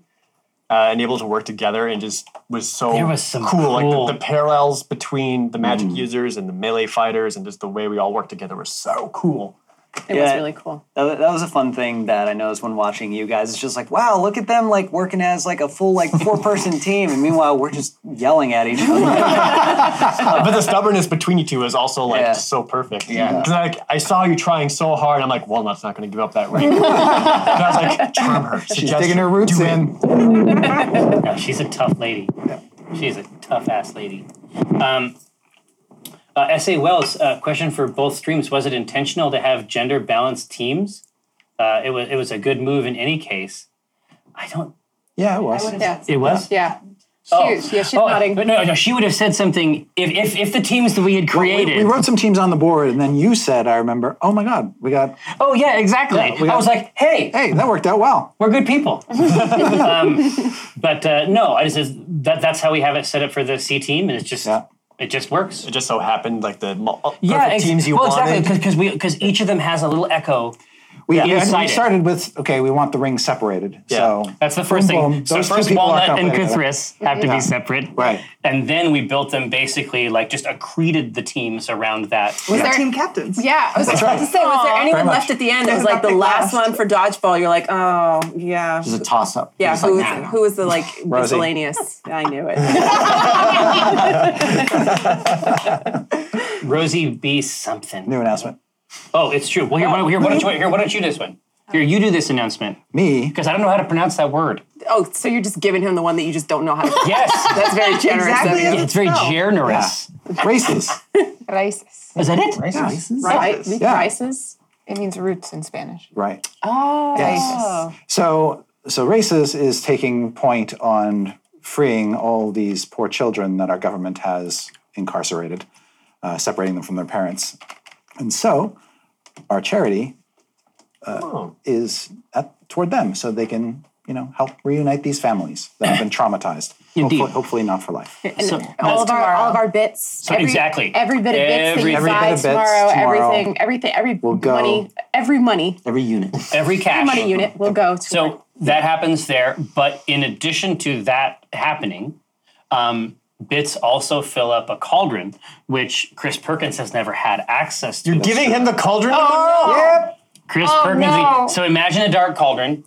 Speaker 7: uh, and able to work together and just was so
Speaker 1: There was some
Speaker 7: cool.
Speaker 1: cool-
Speaker 7: Like the, the parallels between the magic users and the melee fighters and just the way we all work together were so cool. *laughs*
Speaker 4: It was really cool.
Speaker 13: That, wa- that was a fun thing that I noticed when watching you guys. It's just like, wow, look at them like working as like a full like four
Speaker 1: *laughs*
Speaker 13: person team, and meanwhile we're just yelling at each other.
Speaker 7: but the stubbornness between you two is also like
Speaker 13: Yeah.
Speaker 7: so perfect.
Speaker 13: Yeah.
Speaker 7: Because like I saw you trying so hard, I'm like, Walnut's not going to give up that ring. *laughs* and I was like, charm her.
Speaker 2: She's digging her roots in.
Speaker 1: No, she's a tough lady. She's a tough ass lady. Um, uh, S.A. Wells, uh, question for both streams: Was it intentional to have gender balanced teams? Uh, it was. It was a good move in any case. I don't.
Speaker 2: Yeah, it was.
Speaker 4: Yeah.
Speaker 1: It was.
Speaker 4: Yeah. She, yeah, she's
Speaker 1: oh,
Speaker 4: nodding.
Speaker 1: But no, no, she would have said something if if, if the teams that we had created.
Speaker 2: We wrote some teams on the board, and then you said, I remember, oh my God, we got.
Speaker 1: oh yeah, exactly.
Speaker 2: Yeah, we
Speaker 1: I
Speaker 2: got-
Speaker 1: was like, hey,
Speaker 2: Hey, that worked out well.
Speaker 1: we're
Speaker 2: *laughs*
Speaker 1: good people. *laughs* um, but uh, no, I just that that's how we have it set up for the C team, and it's just it just works.
Speaker 7: It just so happened like the mo-
Speaker 1: yeah,
Speaker 7: perfect
Speaker 1: ex-
Speaker 7: teams you
Speaker 1: well,
Speaker 7: wanted.
Speaker 1: exactly because we because each of them has a little echo.
Speaker 2: We, we-
Speaker 1: inside
Speaker 2: we
Speaker 1: it.
Speaker 2: started with, okay, we want the ring separated. So
Speaker 1: That's the first
Speaker 2: boom,
Speaker 1: thing.
Speaker 2: boom,
Speaker 1: So
Speaker 2: those two
Speaker 1: first
Speaker 2: people aren't
Speaker 1: Walnut and
Speaker 2: complicated.
Speaker 1: Guthris have to
Speaker 2: Yeah.
Speaker 1: be separate,
Speaker 2: Right.
Speaker 1: And then we built them basically like just accreted the teams around that.
Speaker 9: Was there team captains?
Speaker 4: Yeah, I was
Speaker 2: That's
Speaker 4: about
Speaker 2: right.
Speaker 4: to say, was there
Speaker 2: Aw.
Speaker 4: anyone
Speaker 2: Very
Speaker 4: left
Speaker 2: much.
Speaker 4: at the end? It was
Speaker 9: There's
Speaker 4: like the
Speaker 9: nothing
Speaker 4: last
Speaker 9: left.
Speaker 4: one for dodgeball. You're like, oh yeah,
Speaker 14: Just a toss up.
Speaker 4: yeah.
Speaker 14: Just like,
Speaker 4: Who was,
Speaker 14: nah, nah.
Speaker 4: who was
Speaker 1: *laughs*
Speaker 4: the like
Speaker 14: Rosie.
Speaker 4: miscellaneous? I knew it.
Speaker 1: *laughs* Rosie B something.
Speaker 2: New announcement.
Speaker 1: Oh, it's true. Well, here, why, don't- here, why don't you here? Why don't you do this one? Here, you do this announcement
Speaker 2: Me.
Speaker 1: because I don't know how to pronounce that word.
Speaker 4: oh, so you're just giving him the one that you just don't know how to.
Speaker 1: Yes,
Speaker 4: That's very generous.
Speaker 9: Exactly
Speaker 4: of
Speaker 9: as
Speaker 4: you.
Speaker 1: it's very generous.
Speaker 2: Races.
Speaker 6: Raíces.
Speaker 1: Is that it?
Speaker 4: Right?
Speaker 2: Yeah.
Speaker 4: Crisis.
Speaker 6: It means roots in Spanish.
Speaker 2: Right.
Speaker 4: Oh.
Speaker 2: Yes. So so races is taking point on freeing all these poor children that our government has incarcerated, uh, separating them from their parents, and so our charity uh,
Speaker 7: Oh.
Speaker 2: is at, toward them, so they can you know help reunite these families that have been traumatized.
Speaker 1: Indeed.
Speaker 2: Hopefully, hopefully not for life.
Speaker 1: So,
Speaker 4: all of our all of our bits. every,
Speaker 1: exactly.
Speaker 4: Every bit of bits that you
Speaker 1: Every-
Speaker 2: every
Speaker 4: buy
Speaker 2: bit of bits
Speaker 4: tomorrow,
Speaker 2: tomorrow
Speaker 4: everything, everything, every
Speaker 2: go-
Speaker 4: money, every money,
Speaker 14: Every unit.
Speaker 1: every
Speaker 4: every
Speaker 1: cash
Speaker 4: money unit will go to.
Speaker 1: So that happens there. But in addition to that happening, um, bits also fill up a cauldron, which Chris Perkins has never had access to.
Speaker 7: You're giving him the cauldron.
Speaker 4: Oh,
Speaker 1: Chris
Speaker 6: Oh,
Speaker 1: Perkins.
Speaker 6: no.
Speaker 1: So imagine a dark cauldron.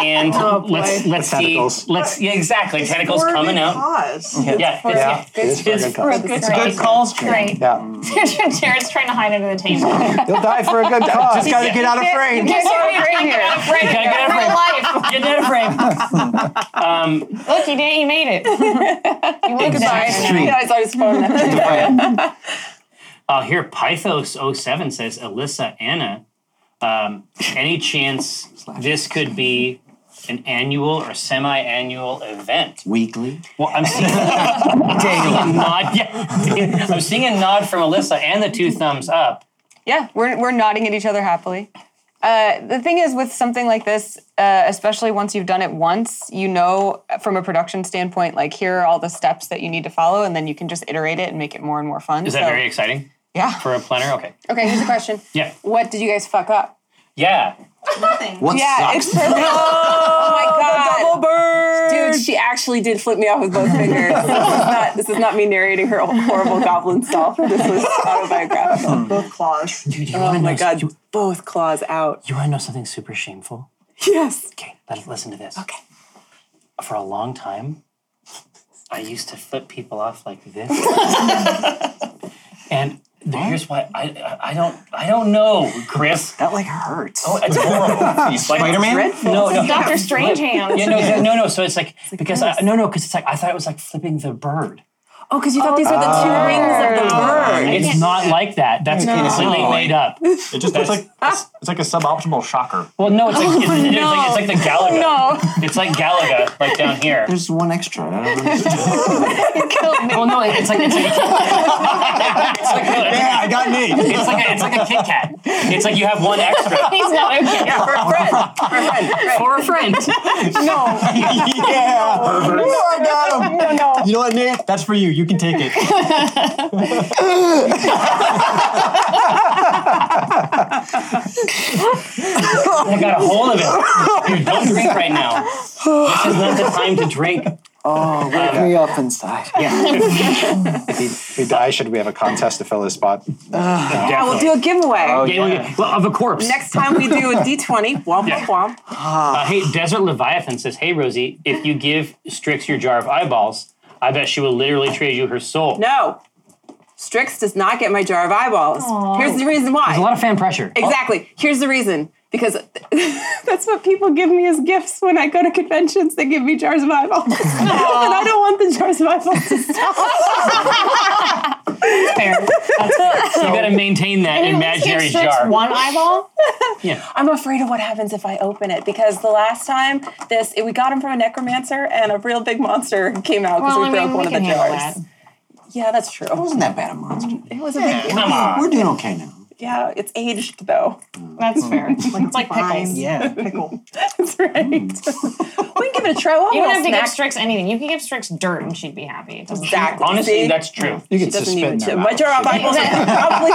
Speaker 1: And
Speaker 3: Oh,
Speaker 1: let's let's see.
Speaker 2: tentacles.
Speaker 1: Let's yeah, exactly. tentacles
Speaker 9: Or a
Speaker 1: coming
Speaker 9: good
Speaker 1: out.
Speaker 9: cause.
Speaker 1: Yeah, it's,
Speaker 2: Yeah,
Speaker 1: it's,
Speaker 2: it is for a
Speaker 1: it's-
Speaker 2: good cause.
Speaker 3: It's
Speaker 1: good
Speaker 3: calls. Great.
Speaker 2: Yeah,
Speaker 3: *laughs* Jared's trying to hide under the table. *laughs*
Speaker 2: *laughs*
Speaker 3: Just
Speaker 2: you'll die for a good cause. Just
Speaker 1: gotta get
Speaker 2: out of
Speaker 3: frame. Just get out of frame.
Speaker 1: Gotta get out of
Speaker 3: Real life.
Speaker 1: get that frame.
Speaker 3: *laughs*
Speaker 1: Um,
Speaker 3: Look,
Speaker 1: *laughs*
Speaker 3: he did. He made it. You look
Speaker 2: *laughs*
Speaker 1: Exactly.
Speaker 3: nice. *laughs*
Speaker 4: Yeah, I saw his phone.
Speaker 1: *laughs* Uh, here, Pythos07 says Alyssa Anna. Um, any chance this could be an annual or semi-annual event?
Speaker 13: Weekly.
Speaker 1: Well,
Speaker 2: *laughs*
Speaker 1: I'm seeing, I'm seeing a nod. Yeah, *laughs* I'm seeing a nod from Alyssa and the two thumbs up.
Speaker 6: Yeah, we're, we're nodding at each other happily. Uh, the thing is, with something like this, uh, especially once you've done it once, you know from a production standpoint, like here are all the steps that you need to follow, and then you can just iterate it and make it more and more fun.
Speaker 1: Is that
Speaker 6: So-
Speaker 1: very exciting?
Speaker 6: Yeah.
Speaker 1: For a planner? Okay.
Speaker 9: Okay, here's a question.
Speaker 1: Yeah.
Speaker 9: What did you guys fuck up?
Speaker 1: Yeah.
Speaker 9: Nothing.
Speaker 1: What
Speaker 9: yeah,
Speaker 1: sucks?
Speaker 9: *laughs* it's perfect. Oh my god. double burn. Dude, she actually did flip me off with both
Speaker 1: *laughs*
Speaker 9: fingers. this, is not, this is not me narrating her horrible goblin self. This was
Speaker 1: *laughs*
Speaker 9: autobiographical. Both claws. oh my god. both claws out.
Speaker 1: You want to know something super shameful?
Speaker 9: Yes.
Speaker 1: Okay, let, listen to this. Okay. For a long time, I used to flip people off like this. and the- here's why I, I I don't I don't know, Chris.
Speaker 15: That like hurts.
Speaker 1: Oh, it's horrible. Like-
Speaker 10: Spider-Man? Dreadful.
Speaker 1: No, no.
Speaker 10: It's Dr. Strange hands.
Speaker 1: Yeah, no, no, no, no. So it's like, because I, no, no, because it's like I thought it was like flipping the bird.
Speaker 9: Oh, because you thought these were the two
Speaker 1: Oh.
Speaker 9: rings of the bird.
Speaker 1: It's not like that. That's
Speaker 7: No.
Speaker 1: completely
Speaker 7: No.
Speaker 1: made *laughs* up.
Speaker 7: It just looks like it's, it's like a suboptimal shocker.
Speaker 1: Well, no, it's like, it's, it's
Speaker 7: no.
Speaker 1: like, it's like the Galaga. It's like Galaga, right down here.
Speaker 13: There's one extra. I don't know.
Speaker 9: *laughs*
Speaker 1: *laughs* Well, no, it's like it's like, it's like yeah, I got me. It's like a, it's like a Kit Kat. It's like you have one extra.
Speaker 9: *laughs* He's not okay. Yeah, for a friend. For a friend.
Speaker 1: *laughs* For a friend.
Speaker 9: no.
Speaker 7: yeah.
Speaker 9: No.
Speaker 7: Ooh, I got him.
Speaker 9: *laughs* No, no.
Speaker 7: You know what, Nate? That's for you. You can take it.
Speaker 1: *laughs* I got a hold of
Speaker 13: *laughs*
Speaker 1: it. Dude, don't drink right now. This is not the time to drink. Um,
Speaker 13: Oh, wake me up
Speaker 1: *laughs*
Speaker 13: inside.
Speaker 1: Yeah.
Speaker 2: If he, if he dies, should we have a contest to fill his spot?
Speaker 9: Yeah, we'll do a giveaway.
Speaker 2: Oh, Yeah, we'll yeah.
Speaker 1: Well, of a *laughs* corpse.
Speaker 9: Next time we do a D20, womp
Speaker 1: Yeah.
Speaker 9: womp womp.
Speaker 1: Uh, hey, Desert Leviathan says, "Hey Rosie, if you give Strix your jar of eyeballs, I bet she will literally trade you her soul."
Speaker 9: No. Strix does not get my jar of eyeballs. Here's the reason why.
Speaker 1: There's a lot of fan pressure.
Speaker 9: Exactly. Here's the reason. Because *laughs* that's what people give me as gifts when I go to conventions. They give me jars of *laughs* eyeballs. and I don't want the jars of eyeballs to stop.
Speaker 1: you
Speaker 3: *laughs*
Speaker 6: *laughs*
Speaker 1: gotta maintain that imaginary jar.
Speaker 9: *laughs* eyeball?
Speaker 1: Yeah.
Speaker 9: I'm afraid of what happens if I open it because the last time this, we got him from a necromancer and a real big monster came out because
Speaker 3: Well,
Speaker 9: we
Speaker 3: I
Speaker 9: broke
Speaker 3: mean, we
Speaker 9: one of
Speaker 3: can
Speaker 9: the
Speaker 3: handle
Speaker 9: jars. Yeah, that's true. It
Speaker 13: wasn't that bad a monster.
Speaker 9: It was a
Speaker 13: Yeah,
Speaker 9: big
Speaker 13: come on. We're doing okay now.
Speaker 9: Yeah, it's aged though.
Speaker 3: That's fair. Like, it's like pickles.
Speaker 13: Yeah.
Speaker 3: pickle.
Speaker 9: That's right. we can give it a try. We'll
Speaker 3: You don't have to
Speaker 9: snack.
Speaker 3: give Strix anything. You can give Strix dirt and she'd be happy. It doesn't
Speaker 9: Exactly. Honestly, See? that's
Speaker 1: true.
Speaker 2: You
Speaker 9: She
Speaker 2: could
Speaker 9: doesn't even
Speaker 2: suspend
Speaker 9: chew.
Speaker 2: them.
Speaker 9: My jar of eyeballs is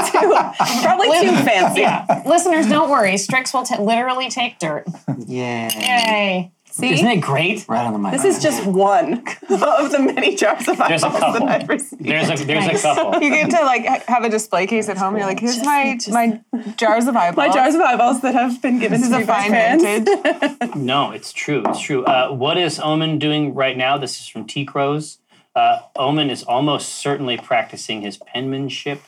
Speaker 9: probably too, *laughs* probably too fancy.
Speaker 3: Listeners, don't worry. Strix will t- literally take dirt.
Speaker 13: Yeah.
Speaker 3: Yay.
Speaker 9: See? Isn't it
Speaker 1: great?
Speaker 13: Right on the mic.
Speaker 9: This is just one of the many jars of
Speaker 1: There's a
Speaker 9: eyeballs that
Speaker 1: couple.
Speaker 9: I've received.
Speaker 1: There's a there's a couple.
Speaker 6: *laughs* you get to like ha- have a display case at home. You're like, here's my my jars of
Speaker 9: *laughs* *laughs*
Speaker 6: eyeballs.
Speaker 9: My jars of eyeballs that have been given
Speaker 6: This
Speaker 9: to me
Speaker 6: is a
Speaker 9: by
Speaker 6: fine
Speaker 9: fans. *laughs*
Speaker 6: vintage.
Speaker 1: No, it's true. It's true. Uh, what is Omen doing right now? This is from T Crows. Uh, Omen is almost certainly practicing his penmanship.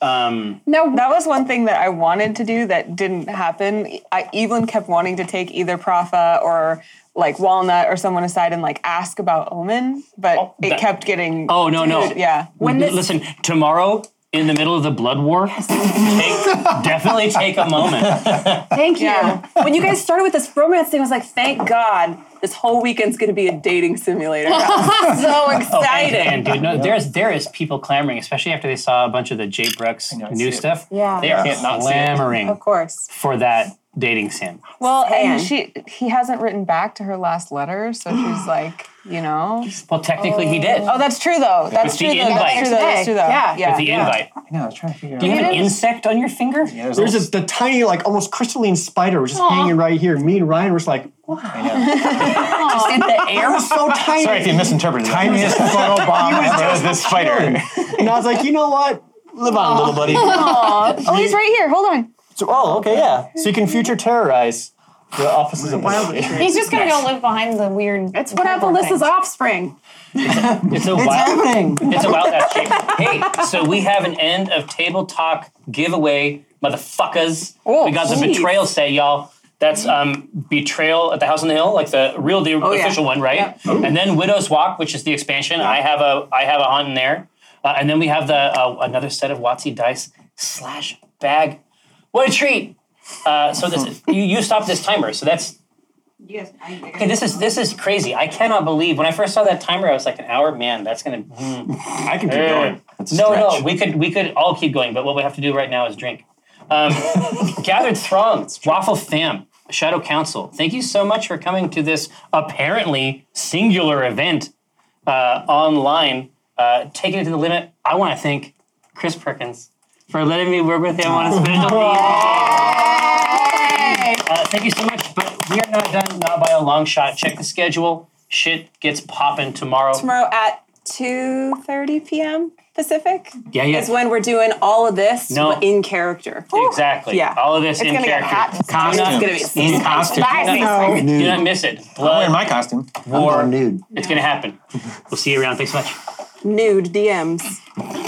Speaker 1: um,
Speaker 6: No, that was one thing that I wanted to do that didn't happen. I, Evelyn kept wanting to take either Profa or like Walnut or someone aside and like ask about Omen, but it
Speaker 1: Oh, that-
Speaker 6: kept getting.
Speaker 1: oh no no!
Speaker 6: Dude, yeah.
Speaker 1: When
Speaker 6: this-
Speaker 1: listen tomorrow in the middle of the blood war, take, definitely take a moment.
Speaker 9: Thank you. When you guys started with this romance thing, I was like, thank God this whole weekend's going to be a dating simulator. *laughs* I was so
Speaker 1: Oh, *laughs* and,
Speaker 9: excited.
Speaker 1: and, dude, no, there's there is people clamoring, especially after they saw a bunch of the Jay Brooks new stuff.
Speaker 9: Yeah.
Speaker 1: they are
Speaker 9: Can't not see it.
Speaker 1: clamoring.
Speaker 9: Of course.
Speaker 1: for that dating sim.
Speaker 6: Well,
Speaker 1: Fan.
Speaker 6: and she he hasn't written back to her last letter,
Speaker 1: *gasps*
Speaker 6: so she's like, you know.
Speaker 1: Well, technically, he did.
Speaker 6: Oh, that's true though. That's
Speaker 1: With
Speaker 6: true
Speaker 1: the
Speaker 6: though.
Speaker 1: invite.
Speaker 6: That's true though. That's true though. Yeah.
Speaker 1: With the invite.
Speaker 10: I know. I was trying to figure out.
Speaker 1: Do you have an insect on your finger?
Speaker 10: Yeah,
Speaker 7: There's just the tiny, like almost crystalline spider was just
Speaker 1: Aw.
Speaker 7: hanging right here. Me and Ryan were just like,
Speaker 1: *laughs* Just in the air.
Speaker 7: It *laughs* was so tiny.
Speaker 1: Sorry if you
Speaker 7: misinterpreted. *laughs* Tiniest photo
Speaker 2: *laughs*
Speaker 7: bomb ever is this spider. And I was like, you know what? Live on, little buddy.
Speaker 6: Aw. Oh, he's right here. Hold on.
Speaker 7: So, oh, okay, yeah. So you can future terrorize the offices of the
Speaker 3: He's just going to go live behind the weird. That's
Speaker 9: what Alyssa's offspring.
Speaker 1: It's a wild. It's a wild ass shape. Hey, so we have an end of table talk giveaway, motherfuckers. we got the
Speaker 7: Oh, jeez.
Speaker 1: betrayal set, y'all. That's um, betrayal at the house on the hill, like the real, the
Speaker 7: Oh, yeah.
Speaker 1: official one, right?
Speaker 7: Ooh.
Speaker 1: And then Widow's Walk, which is the expansion. I have a, I have a hunt in there. Uh, and then we have the uh, another set of Watsy dice slash bag. What a treat! Uh, so this you you stopped this timer. So that's
Speaker 3: Yes. I, I
Speaker 1: okay. This is this is crazy. I cannot believe when I first saw that timer, I was like an hour. Man, that's gonna. I
Speaker 13: can keep going. That's a
Speaker 1: no,
Speaker 13: stretch.
Speaker 1: no, we could we could all keep going. But what we have to do right now is drink.
Speaker 13: *laughs*
Speaker 1: Um, gathered Throng, Waffle Fam, Shadow Council. Thank you so much for coming to this apparently singular event uh, online. Uh, taking it to the limit. I want to thank Chris Perkins for letting me work with him on
Speaker 13: *laughs*
Speaker 1: a special piece. Uh, thank you so much. But we are not done, not by a long shot. Check the schedule. Shit gets popping tomorrow.
Speaker 9: Tomorrow at 2.30 p.m. Pacific
Speaker 1: Yeah, yeah.
Speaker 9: is when we're doing all of this
Speaker 1: No.
Speaker 9: but in character.
Speaker 1: Exactly.
Speaker 9: Yeah.
Speaker 1: All of this
Speaker 9: It's
Speaker 1: in
Speaker 9: gonna get
Speaker 1: character.
Speaker 9: hot. It's gonna be- It's gonna be
Speaker 1: in costume.
Speaker 9: spicy.
Speaker 1: No. Do not miss it. Blood. I'm wearing my
Speaker 16: costume.
Speaker 1: War. nude. It's gonna happen. We'll see you around. Thanks so much.
Speaker 9: Nude DMs.